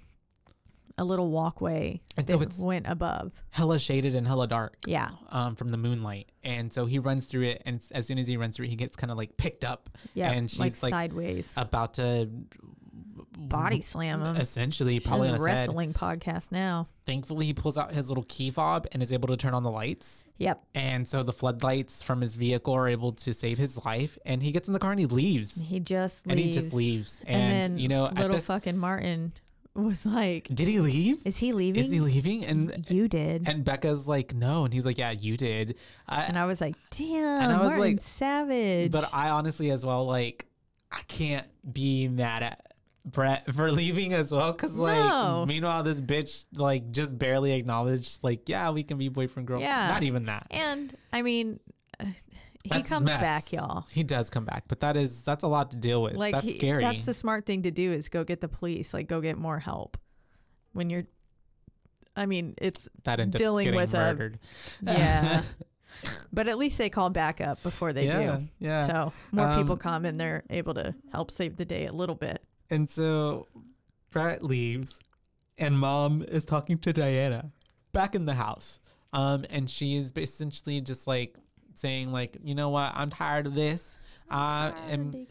C: a little walkway
B: And so
C: that
B: it's-
C: went above
B: hella shaded and hella dark.
C: Yeah.
B: um, from the moonlight, and so he runs through it, and s- as soon as he runs through, it, he gets kind of like picked up.
C: yeah
B: and she's
C: like,
B: like, uh,
C: sideways
B: about to
C: body slam him
B: essentially probably
C: probably
B: on
C: a
B: his head.
C: wrestling podcast now
B: Thankfully, he pulls out his little key fob and is able to turn on the lights.
C: yep
B: And so the floodlights from his vehicle are able to save his life. And he gets in the car and he leaves.
C: he just
B: And
C: leaves
B: he just leaves. And,
C: then
B: you know,
C: little
B: at this,
C: fucking martin was like
B: did he leave?
C: Is he leaving?
B: Is he leaving? And
C: You did. And,
B: and Becca's like, no. And he's like, yeah, you did. I,
C: I was like, damn,
B: I was
C: Martin
B: like-
C: Savage.
B: but I honestly, as well, like, I can't be mad at Brett for leaving as well. Cause, like,
C: No.
B: meanwhile, this bitch, like, just barely acknowledged, like, yeah, we can be boyfriend, girlfriend.
C: Yeah.
B: Not even that.
C: and I mean, uh, he
B: That's
C: comes
B: mess.
C: back, y'all.
B: He does come back, but that is that's a lot to deal with.
C: Like
B: that's
C: he-
B: scary.
C: That's the smart thing to do is go get the police, like go get more help when you're. I mean, it's
B: that ended
C: dealing
B: up getting
C: with a-
B: murdered.
C: yeah, but at least they call backup before they
B: yeah,
C: do.
B: yeah.
C: So more people
B: Um,
C: come and they're able to help save the day a little bit.
B: And so Brett leaves, and mom is talking to Diana back in the house. Um, and she is essentially just like saying, like, you know what, I'm tired of this. I am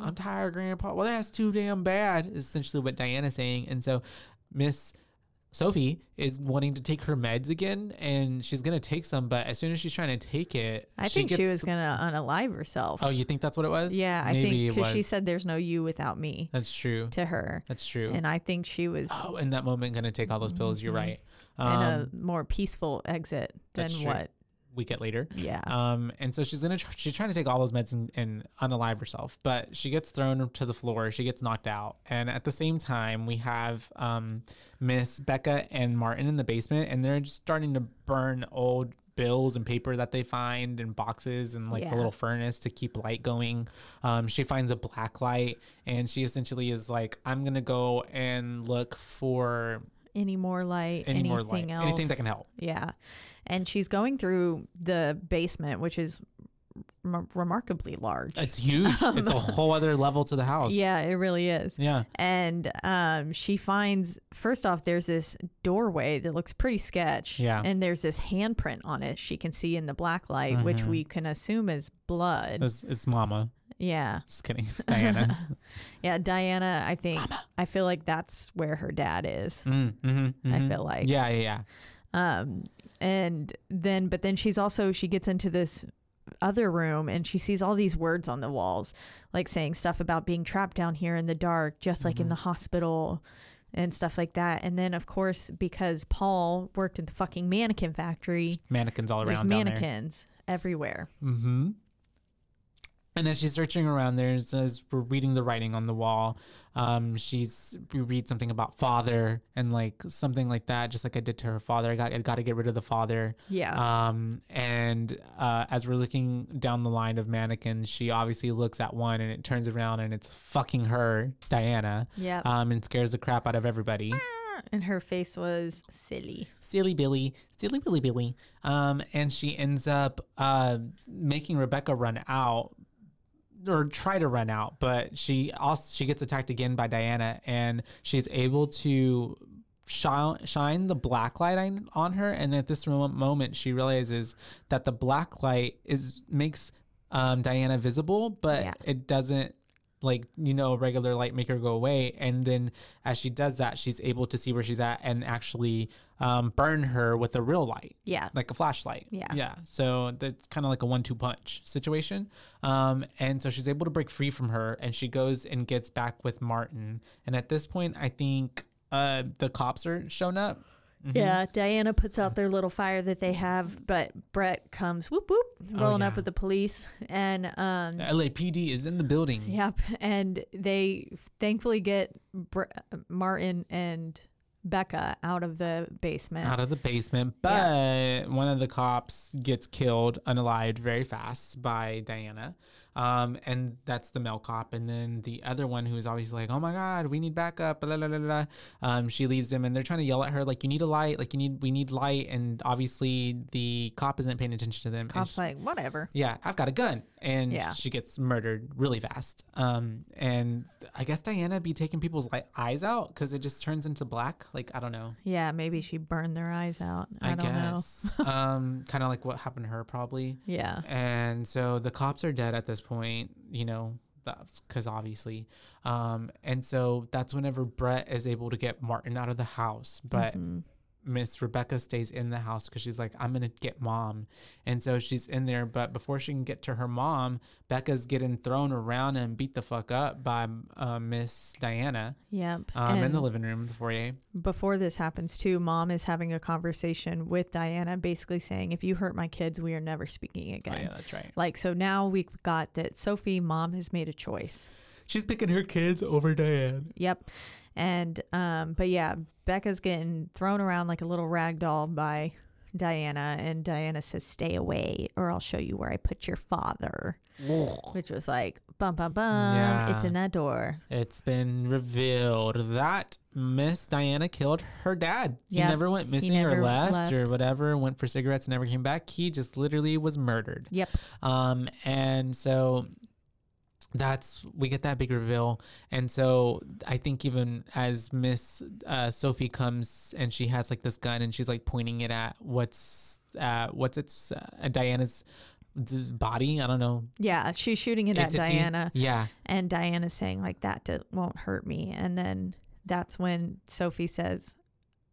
B: I'm tired of grandpa. Well, that's too damn bad, is essentially what Diana's saying. And so Miss Sophie is wanting to take her meds again and she's gonna take some, but as soon as she's trying to take it,
C: I think she
B: gets-
C: was gonna unalive herself.
B: Oh, you think that's what it was?
C: yeah, I
B: Maybe
C: think
B: it
C: because she
B: was.
C: said there's no you without me.
B: That's true.
C: to her.
B: That's true.
C: And I think she was
B: oh, in that moment, gonna take all those pills. You're right.
C: in
B: Um,
C: a more peaceful exit than
B: that's true.
C: what.
B: week at later.
C: Yeah.
B: Um, and so she's gonna tr- she's trying to take all those meds and, and unalive herself, but she gets thrown to the floor. She gets knocked out, and at the same time, we have um Miss Becca and Martin in the basement, and they're just starting to burn old bills and paper that they find and boxes and like
C: Yeah.
B: the little furnace to keep light going. Um, she finds a black light and she essentially is like, I'm gonna go and look for
C: Any more light?
B: any
C: anything
B: more light,
C: else?
B: anything that can help.
C: Yeah. And she's going through the basement, which is rem- remarkably large.
B: It's huge. it's a whole other level to the house.
C: yeah, it really is.
B: Yeah.
C: And um, she finds, first off, there's this doorway that looks pretty sketch.
B: Yeah.
C: And there's this handprint on it she can see in the black light,
B: Mm-hmm.
C: which we can assume is blood.
B: It's, it's mama.
C: yeah.
B: Just kidding. It's Diana.
C: Yeah. Diana, I think, I feel like that's where her dad is.
B: Mm, mhm,
C: I
B: mhm.
C: feel like.
B: Yeah, yeah, yeah.
C: Um, and then, but then she's also, she gets into this other room and she sees all these words on the walls, like saying stuff about being trapped down here in the dark, just
B: Mm-hmm.
C: like in the hospital and stuff like that. And then, of course, because Paul worked in the fucking mannequin factory,
B: Mannequins all
C: there's
B: around down there.
C: mannequins everywhere.
B: Mm-hmm. And as she's searching around, there's as we're reading the writing on the wall, um, she's we read something about father and like something like that, just like I did to her father. I got I got to get rid of the father.
C: Yeah.
B: Um, and uh, as we're looking down the line of mannequins, she obviously looks at one and it turns around and it's fucking her, Diana.
C: Yep.
B: Um, and scares the crap out of everybody.
C: and her face was silly.
B: Silly Billy, silly Billy Billy. Um, and she ends up uh, making Rebecca run out or try to run out, but she also she gets attacked again by Diana, and she's able to shine shine the black light on- on her. And at this mo- moment, she realizes that the black light is makes um, Diana visible, but
C: Yeah.
B: it doesn't like you know regular light make her go away and then as she does that she's able to see where she's at and actually um, burn her with a real light
C: Yeah.
B: like a flashlight
C: Yeah.
B: yeah so that's kind of like a one-two punch situation um, and so she's able to break free from her and she goes and gets back with martin and at this point i think uh, the cops are shown up
C: Yeah, Diana puts out their little fire that they have, but Brett comes whoop whoop rolling
B: Oh,
C: up
B: yeah.
C: with the police and um
B: the lapd is in the building
C: Yep, and they thankfully get Br- Martin and Becca out of the basement.
B: out of the basement, but one of the cops gets killed, unalived very fast by Diana. Um, and that's the male cop. And then the other one who is always like, oh my God, we need backup. Blah, blah, blah, blah. Um, she leaves them and they're trying to yell at her, like, you need a light. Like, you need, we need light. And obviously the cop isn't paying attention to them. and
C: Cop's
B: she-
C: like, whatever.
B: yeah, I've got a gun. And
C: Yeah.
B: she gets murdered really fast. Um, and I guess Diana be taking people's like, eyes out because it just turns into black. Like, I don't know.
C: Yeah, maybe she burned their eyes out. I, don't know.
B: um, kind of like what happened to her, probably.
C: Yeah,
B: And so the cops are dead at this point, you know, because obviously. Um, and so that's whenever Brett is able to get Martin out of the house, but
C: Mm-hmm.
B: Miss Rebecca stays in the house because she's like, I'm gonna get mom, and so she's in there. But before she can get to her mom, Becca's getting thrown around and beat the fuck up by uh, Miss Diana
C: yep.
B: um, in
C: and
B: the living room, the foyer. Oh,
C: before this happens too, Mom is having a conversation with Diana, basically saying, "If you hurt my kids, we are never speaking
B: Oh,
C: again."
B: yeah, that's right.
C: Like so now we've got that Sophie mom has made a choice.
B: She's picking her kids over Diane.
C: Yep. And um but yeah, Becca's getting thrown around like a little rag doll by Diana and Diana says stay away or I'll show you where I put your father, which was like bum bum bum, it's
B: Yeah.
C: in that door.
B: It's been revealed that Miss Diana killed her dad.
C: Yep.
B: He never went
C: He
B: missing
C: never
B: or left, or
C: left.
B: whatever, went for cigarettes and never came back. He just literally was murdered.
C: Yep.
B: Um, and so that's we get that big reveal. And so I think even as Miss uh, Sophie comes and she has like this gun and she's like pointing it at what's uh what's its uh, Diana's d- body. I don't know.
C: Yeah, she's shooting it at
B: entity.
C: Diana
B: Yeah.
C: and Diana's saying like that d- won't hurt me and then that's when Sophie says,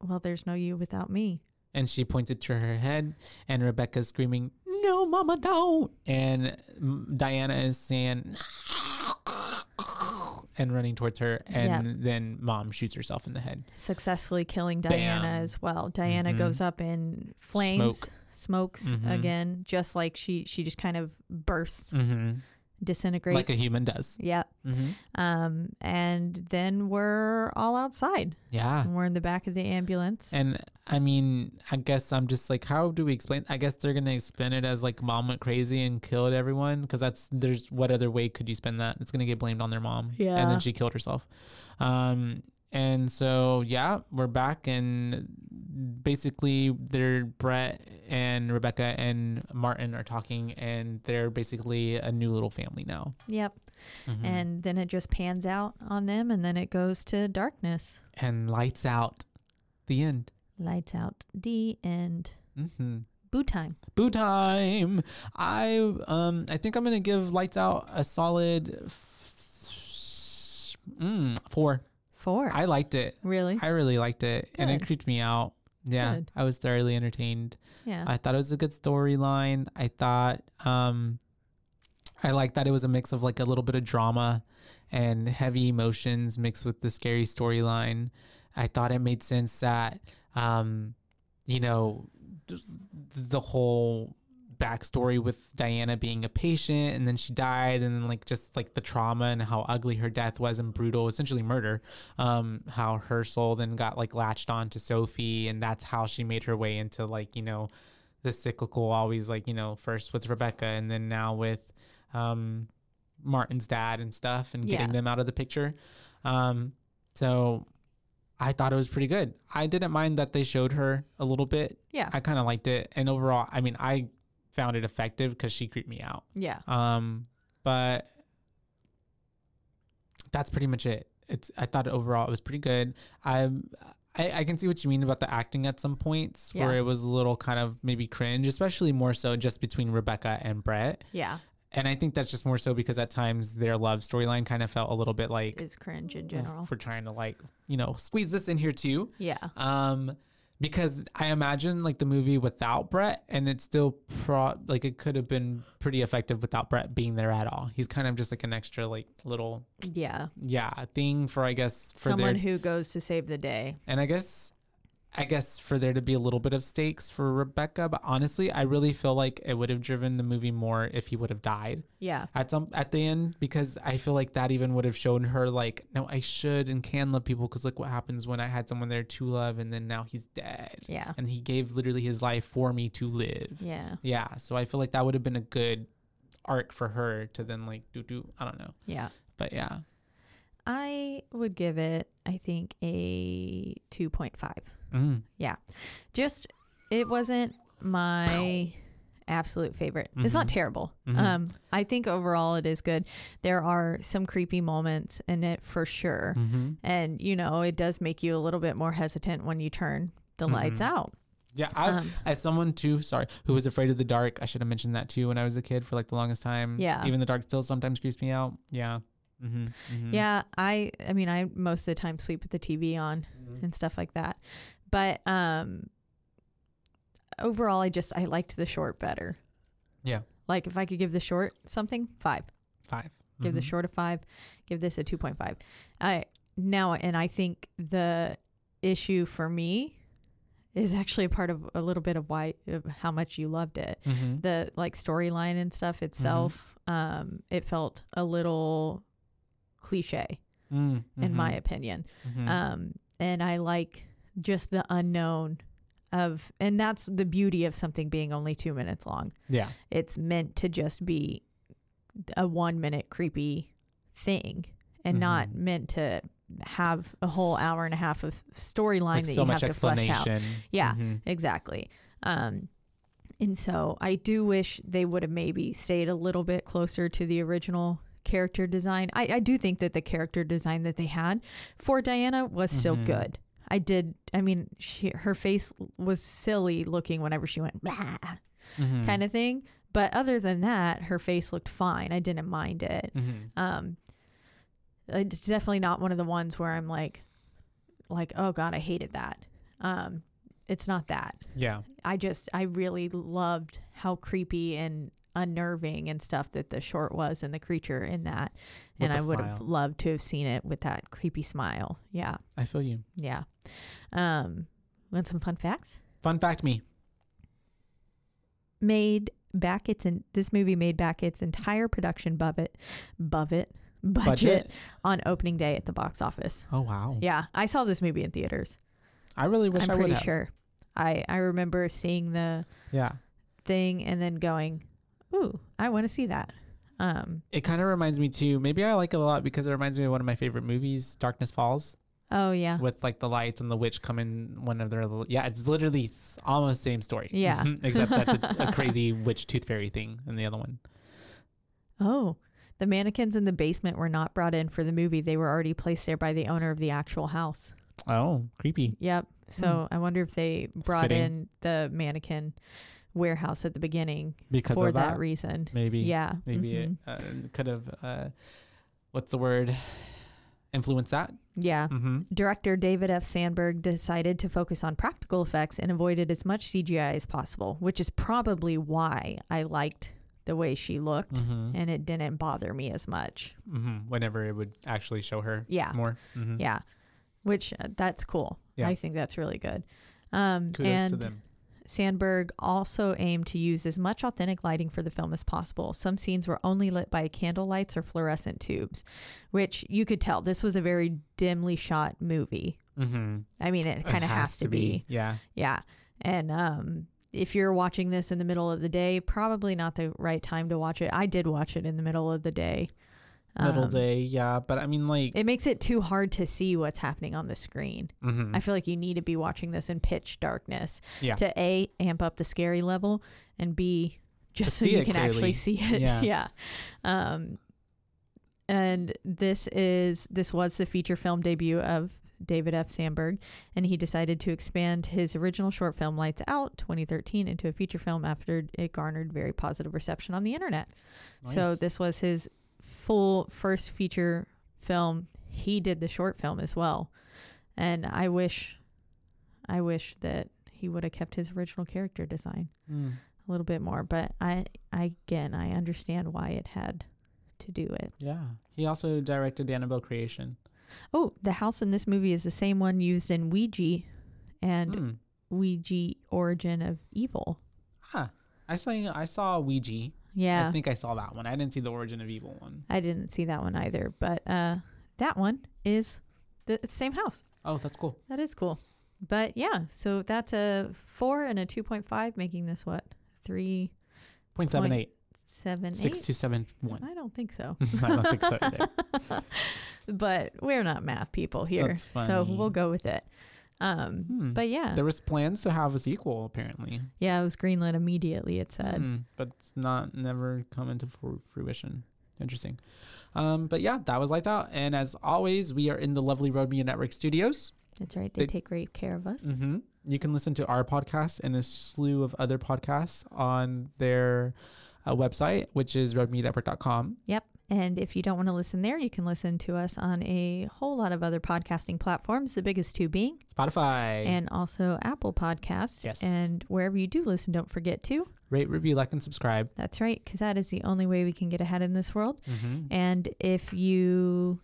C: "Well, there's no you without me."
B: and she pointed to her head and rebecca's screaming no mama don't and mm, diana is saying and running towards her and
C: Yeah.
B: then mom shoots herself in the head
C: successfully killing Diana
B: Bam.
C: as well. Diana
B: Mhm.
C: goes up in flames,
B: Smoke.
C: smokes
B: Mhm.
C: again, just like she she just kind of bursts
B: mm-hmm.
C: disintegrates.
B: like a human does.
C: Yeah.
B: Mm-hmm.
C: Um, and then we're all outside.
B: Yeah.
C: And we're in the back of the ambulance.
B: Ah. And I mean, I guess I'm just like, how do we explain? I guess they're gonna explain it as like mom went crazy and killed everyone because that's there's what other way could you spend that? It's gonna get blamed on their mom. And
C: Yeah.
B: then she killed herself. Um, and so yeah, we're back and basically they're Brett and Rebecca and Martin are talking and they're basically a new little family now.
C: yep.
B: Mm-hmm.
C: And then it just pans out on them and then it goes to darkness.
B: And lights out. The end.
C: Lights out. The end.
B: Mm-hmm.
C: Boo time.
B: Boo time. I um I think I'm gonna give Lights Out a solid f- mm, four.
C: Four.
B: I liked it.
C: really?
B: I really liked it, and it
C: Good.
B: creeped me out. Yeah,
C: Good.
B: I was thoroughly entertained.
C: yeah.
B: I thought it was a good storyline. I thought um I liked that it was a mix of like a little bit of drama and heavy emotions mixed with the scary storyline. I thought it made sense that um you know just the whole backstory with Diana being a patient and then she died and then like just like the trauma and how ugly her death was and brutal essentially murder um how her soul then got like latched on to Sophie and that's how she made her way into like you know the cyclical always like you know first with Rebecca and then now with um Martin's dad and stuff and getting
C: Yeah.
B: them out of the picture um so I thought it was pretty good. I didn't mind that they showed her a little bit.
C: Yeah.
B: I kind of liked it. And overall, I mean, I found it effective because she creeped me out.
C: yeah.
B: Um, but that's pretty much it. It's I thought overall it was pretty good. I'm I, I can see what you mean about the acting at some points where
C: Yeah.
B: it was a little kind of maybe cringe, especially more so just between Rebecca and Brett.
C: Yeah.
B: And I think that's just more so because at times their love storyline kind of felt a little bit like
C: Is cringe in general.
B: for trying to like, you know, squeeze this in here too.
C: Yeah.
B: Um, because I imagine like the movie without Brett, and it's still pro like it could have been pretty effective without Brett being there at all. He's kind of just like an extra like little
C: Yeah.
B: yeah thing for I guess for
C: Someone
B: there
C: who goes to save the day.
B: and I guess I guess for there to be a little bit of stakes for Rebecca, but honestly, I really feel like it would have driven the movie more if he would have died
C: Yeah.
B: at some at the end because I feel like that even would have shown her like no I should and can love people because look what happens when I had someone there to love and then now he's dead
C: Yeah.
B: and he gave literally his life for me to live yeah,
C: Yeah.
B: so I feel like that would have been a good arc for her to then like do do I don't know
C: Yeah.
B: but yeah
C: I would give it, I think, a 2.5.
B: mm.
C: Just, it wasn't my absolute favorite. It's not
B: Mhm.
C: terrible.
B: Mhm.
C: Um, I think overall it is good. There are some creepy moments in it for sure.
B: mm-hmm.
C: And, you know, it does make you a little bit more hesitant when you turn the lights
B: Mhm.
C: out.
B: yeah I,
C: Um,
B: as someone too sorry who was afraid of the dark I should have mentioned that too when I was a kid for like the longest time
C: Yeah.
B: even the dark still sometimes creeps me out yeah mm-hmm.
C: Yeah, I I mean I most of the time sleep with the TV on and stuff like that. But um overall I just I liked the short better.
B: Yeah.
C: Like if I could give the short something, 5.
B: 5
C: Give the
B: Mhm.
C: short a 5. Give this a 2.5. I now and I think the issue for me is actually a part of a little bit of why of how much you loved it
B: Mhm.
C: the like storyline and stuff itself um it felt a little cliche
B: Mm,
C: in my
B: mhm,
C: opinion
B: mhm.
C: um and i like just the unknown of and that's the beauty of something being only 2 minutes long
B: yeah
C: it's meant to just be a 1 minute creepy thing and not
B: Mhm.
C: meant to have a whole
B: S-
C: hour and a half of storyline
B: like
C: that
B: so
C: you
B: much
C: have to flesh out
B: explanation
C: Yeah.
B: Mhm.
C: Exactly. Um, and so I do wish they would have maybe stayed a little bit closer to the original character design. I, I do think that the character design that they had for Diana was still
B: Mhm.
C: good. I did. I mean, she, her face was silly looking whenever she went
B: Mhm.
C: kind of thing. But other than that, her face looked fine. I didn't mind it.
B: Mhm.
C: Um, it's definitely not one of the ones where I'm like, like, oh god, I hated that. Um, it's not that.
B: yeah
C: I just I really loved how creepy and unnerving and stuff that the short was and the creature in that.
B: With
C: and
B: the
C: I would have
B: smile.
C: loved to have seen it with that creepy smile. Yeah.
B: I feel you.
C: Yeah. Um want some fun facts?
B: Fun fact me.
C: Made back its in, this movie made back its entire production buvet, buvet, budget,
B: Budget?
C: on opening day at the box office.
B: Oh wow.
C: Yeah, I saw this movie in theaters.
B: I really wish
C: I'm
B: i would
C: pretty
B: have.
C: sure. I I remember seeing the
B: Yeah.
C: thing and then going, "Ooh, I want to see that." Um,
B: It kind of reminds me too. Maybe I like it a lot because it reminds me of one of my favorite movies, Darkness Falls,
C: oh yeah.
B: with like the lights and the witch come in one of their. Little, yeah, it's literally s- almost same story.
C: Yeah.
B: Except that's a, a crazy witch tooth fairy thing in the other one.
C: Oh, the mannequins in the basement were not brought in for the movie. They were already placed there by the owner of the actual house.
B: Oh, creepy.
C: Yep. So I wonder if they brought
B: Hmm. fitting.
C: in the mannequin warehouse at the beginning
B: Because
C: for
B: of
C: that,
B: that,
C: reason.
B: maybe.
C: Yeah.
B: Maybe
C: mhm.
B: it uh, could have. Uh, what's the word? Influence that.
C: Yeah.
B: Mm-hmm.
C: Director David F. Sandberg decided to focus on practical effects and avoided as much CGI as possible, which is probably why I liked the way she looked
B: Mm-hmm.
C: and it didn't bother me as much.
B: hmm Whenever it would actually show her
C: Yeah.
B: more. Mhm.
C: Yeah. Which uh, that's cool.
B: Yeah.
C: I think that's really good. Um,
B: Kudos
C: and
B: to them.
C: Sandberg also aimed to use as much authentic lighting for the film as possible. Some scenes were only lit by candle lights or fluorescent tubes, which you could tell this was a very dimly shot movie.
B: Mm-hmm.
C: I mean, it kind of has, to be.
B: Yeah.
C: Yeah. And um, if you're watching this in the middle of the day, probably not the right time to watch it. I did watch it in the middle of the day.
B: Middle
C: Um,
B: day. Yeah. But I mean, like,
C: It makes it too hard to see what's happening on the screen.
B: mhm.
C: I feel like you need to be watching this in pitch darkness
B: Yeah.
C: to a amp up the scary level and b just so
B: see
C: you
B: it
C: can actually
B: clearly.
C: see it.
B: Yeah.
C: Um, and this is this was the feature film debut of David F. Sandberg, and he decided to expand his original short film Lights Out 2013 into a feature film after it garnered very positive reception on the internet. So
B: Nice.
C: this was his full first feature film. He did the short film as well. And I wish I wish that he would have kept his original character design
B: Mm.
C: a little bit more, but I, I again, I understand why it had to do it.
B: Yeah. He also directed Annabelle Creation.
C: Oh, the house in this movie is the same one used in Ouija and
B: Mm.
C: Ouija Origin of Evil.
B: Huh. I saw, I saw Ouija.
C: Yeah.
B: I think I saw that one. I didn't see the Origin of Evil one.
C: I didn't see that one either, but uh that one is the it's the same house.
B: Oh, that's cool.
C: That is cool. But yeah, so that's a four and a two point five, making this what three
B: Point seven eight
C: seven
B: six
C: eight?
B: two seven one.
C: I don't think so.
B: I don't think so. either.
C: but we're not math people here,
B: That's
C: so
B: funny.
C: we'll go with it. Um,
B: Hmm.
C: but yeah,
B: There was plans to have a sequel, apparently,
C: yeah, it was greenlit immediately. It said,
B: Hmm, but it's not never come into fru- fruition. Interesting. Um, but yeah, that was lights out. And as always, we are in the lovely Road Media Network studios.
C: "That's right. They,
B: They-
C: take great care of us."
B: hmm You can listen to our podcast and a slew of other podcasts on their uh, website, which is roadmeatnetwork.com.
C: Yep. And if you don't want to listen there, you can listen to us on a whole lot of other podcasting platforms. The biggest two being,
B: Spotify.
C: and also Apple Podcasts.
B: Yes.
C: And wherever you do listen, don't forget to
B: Rate, review, like, and subscribe.
C: That's right, because that is the only way we can get ahead in this world.
B: Mm-hmm.
C: And if you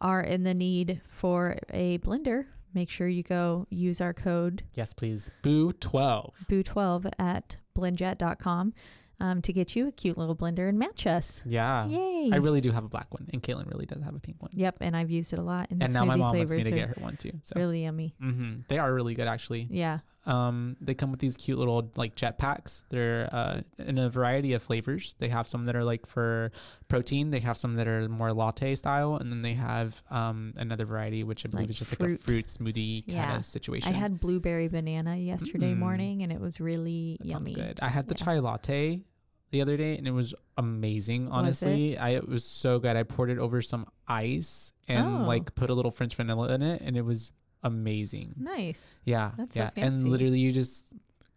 C: are in the need for a blender, make sure you go use our code
B: Yes, please. Boo 12.
C: BOO12 at blendjet.com um, to get you a cute little blender and match us.
B: Yeah.
C: Yay!
B: I really do have a black one, and Caitlin really does have a pink one.
C: yep, and I've used it a lot. And, the
B: And now my
C: smoothie
B: mom wants me
C: flavors
B: to
C: are
B: get her one too. So
C: really yummy.
B: hmm they are really good, actually.
C: Yeah,
B: Um, they come with these cute little like jet packs. They're uh, in a variety of flavors. They have some that are like for protein. They have some that are more latte style, and then they have um, another variety which I believe
C: Like
B: is just like a
C: fruit.
B: fruit smoothie kind
C: Yeah.
B: of situation.
C: I had blueberry banana yesterday
B: Mm.
C: morning, and it was really
B: that
C: yummy.
B: sounds good. I had the
C: Yeah.
B: chai latte the other day, and it was amazing. Honestly, I it was so good. I poured it over some ice and
C: Oh.
B: like put a little French vanilla in it, and it was amazing.
C: Nice.
B: Yeah,
C: That's so
B: yeah,
C: fancy.
B: and literally you just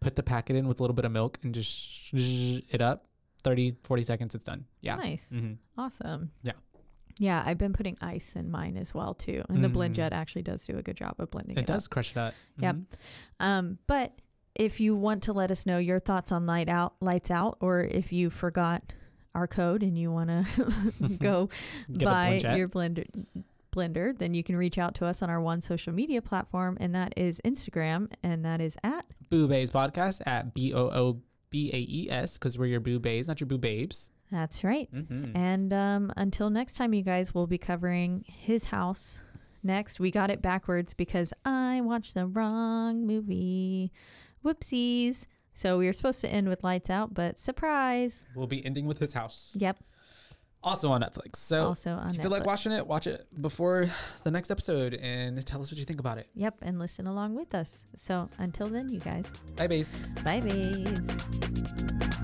B: put the packet in with a little bit of milk and just sh- it up. 30, 40 seconds, it's done. Yeah.
C: Nice.
B: hmm
C: Awesome.
B: Yeah.
C: Yeah, I've been putting ice in mine as well too, and the blend
B: Mm.
C: jet actually does do a good job of blending
B: It,
C: it.
B: does crush it up.
C: Yep.
B: Mhm.
C: Up. Um, but if you want to let us know your thoughts on light out, lights out, or if you forgot our code and you want
B: Mm-hmm.
C: to go
B: Get a
C: buy
B: Blendjet.
C: your blender, blender, then you can reach out to us on our one social media platform, and that is Instagram, and that is at
B: Boo Bays Podcast at B O O B A E S, because we're your boo bays, not your Mm-hmm. boo babes.
C: That's right. And um, until next time, you guys, we'll be covering his house next. We got it backwards because I watched the wrong movie. Whoopsies. So we were supposed to end with Lights Out, but surprise.
B: We'll be ending with his house.
C: Yep.
B: Also on Netflix. So
C: Also on
B: if you feel like
C: Netflix.
B: watching it, watch it before the next episode and tell us what you think about it.
C: Yep. And listen along with us. So until then, you guys,
B: Bye, bays.
C: bye, babes.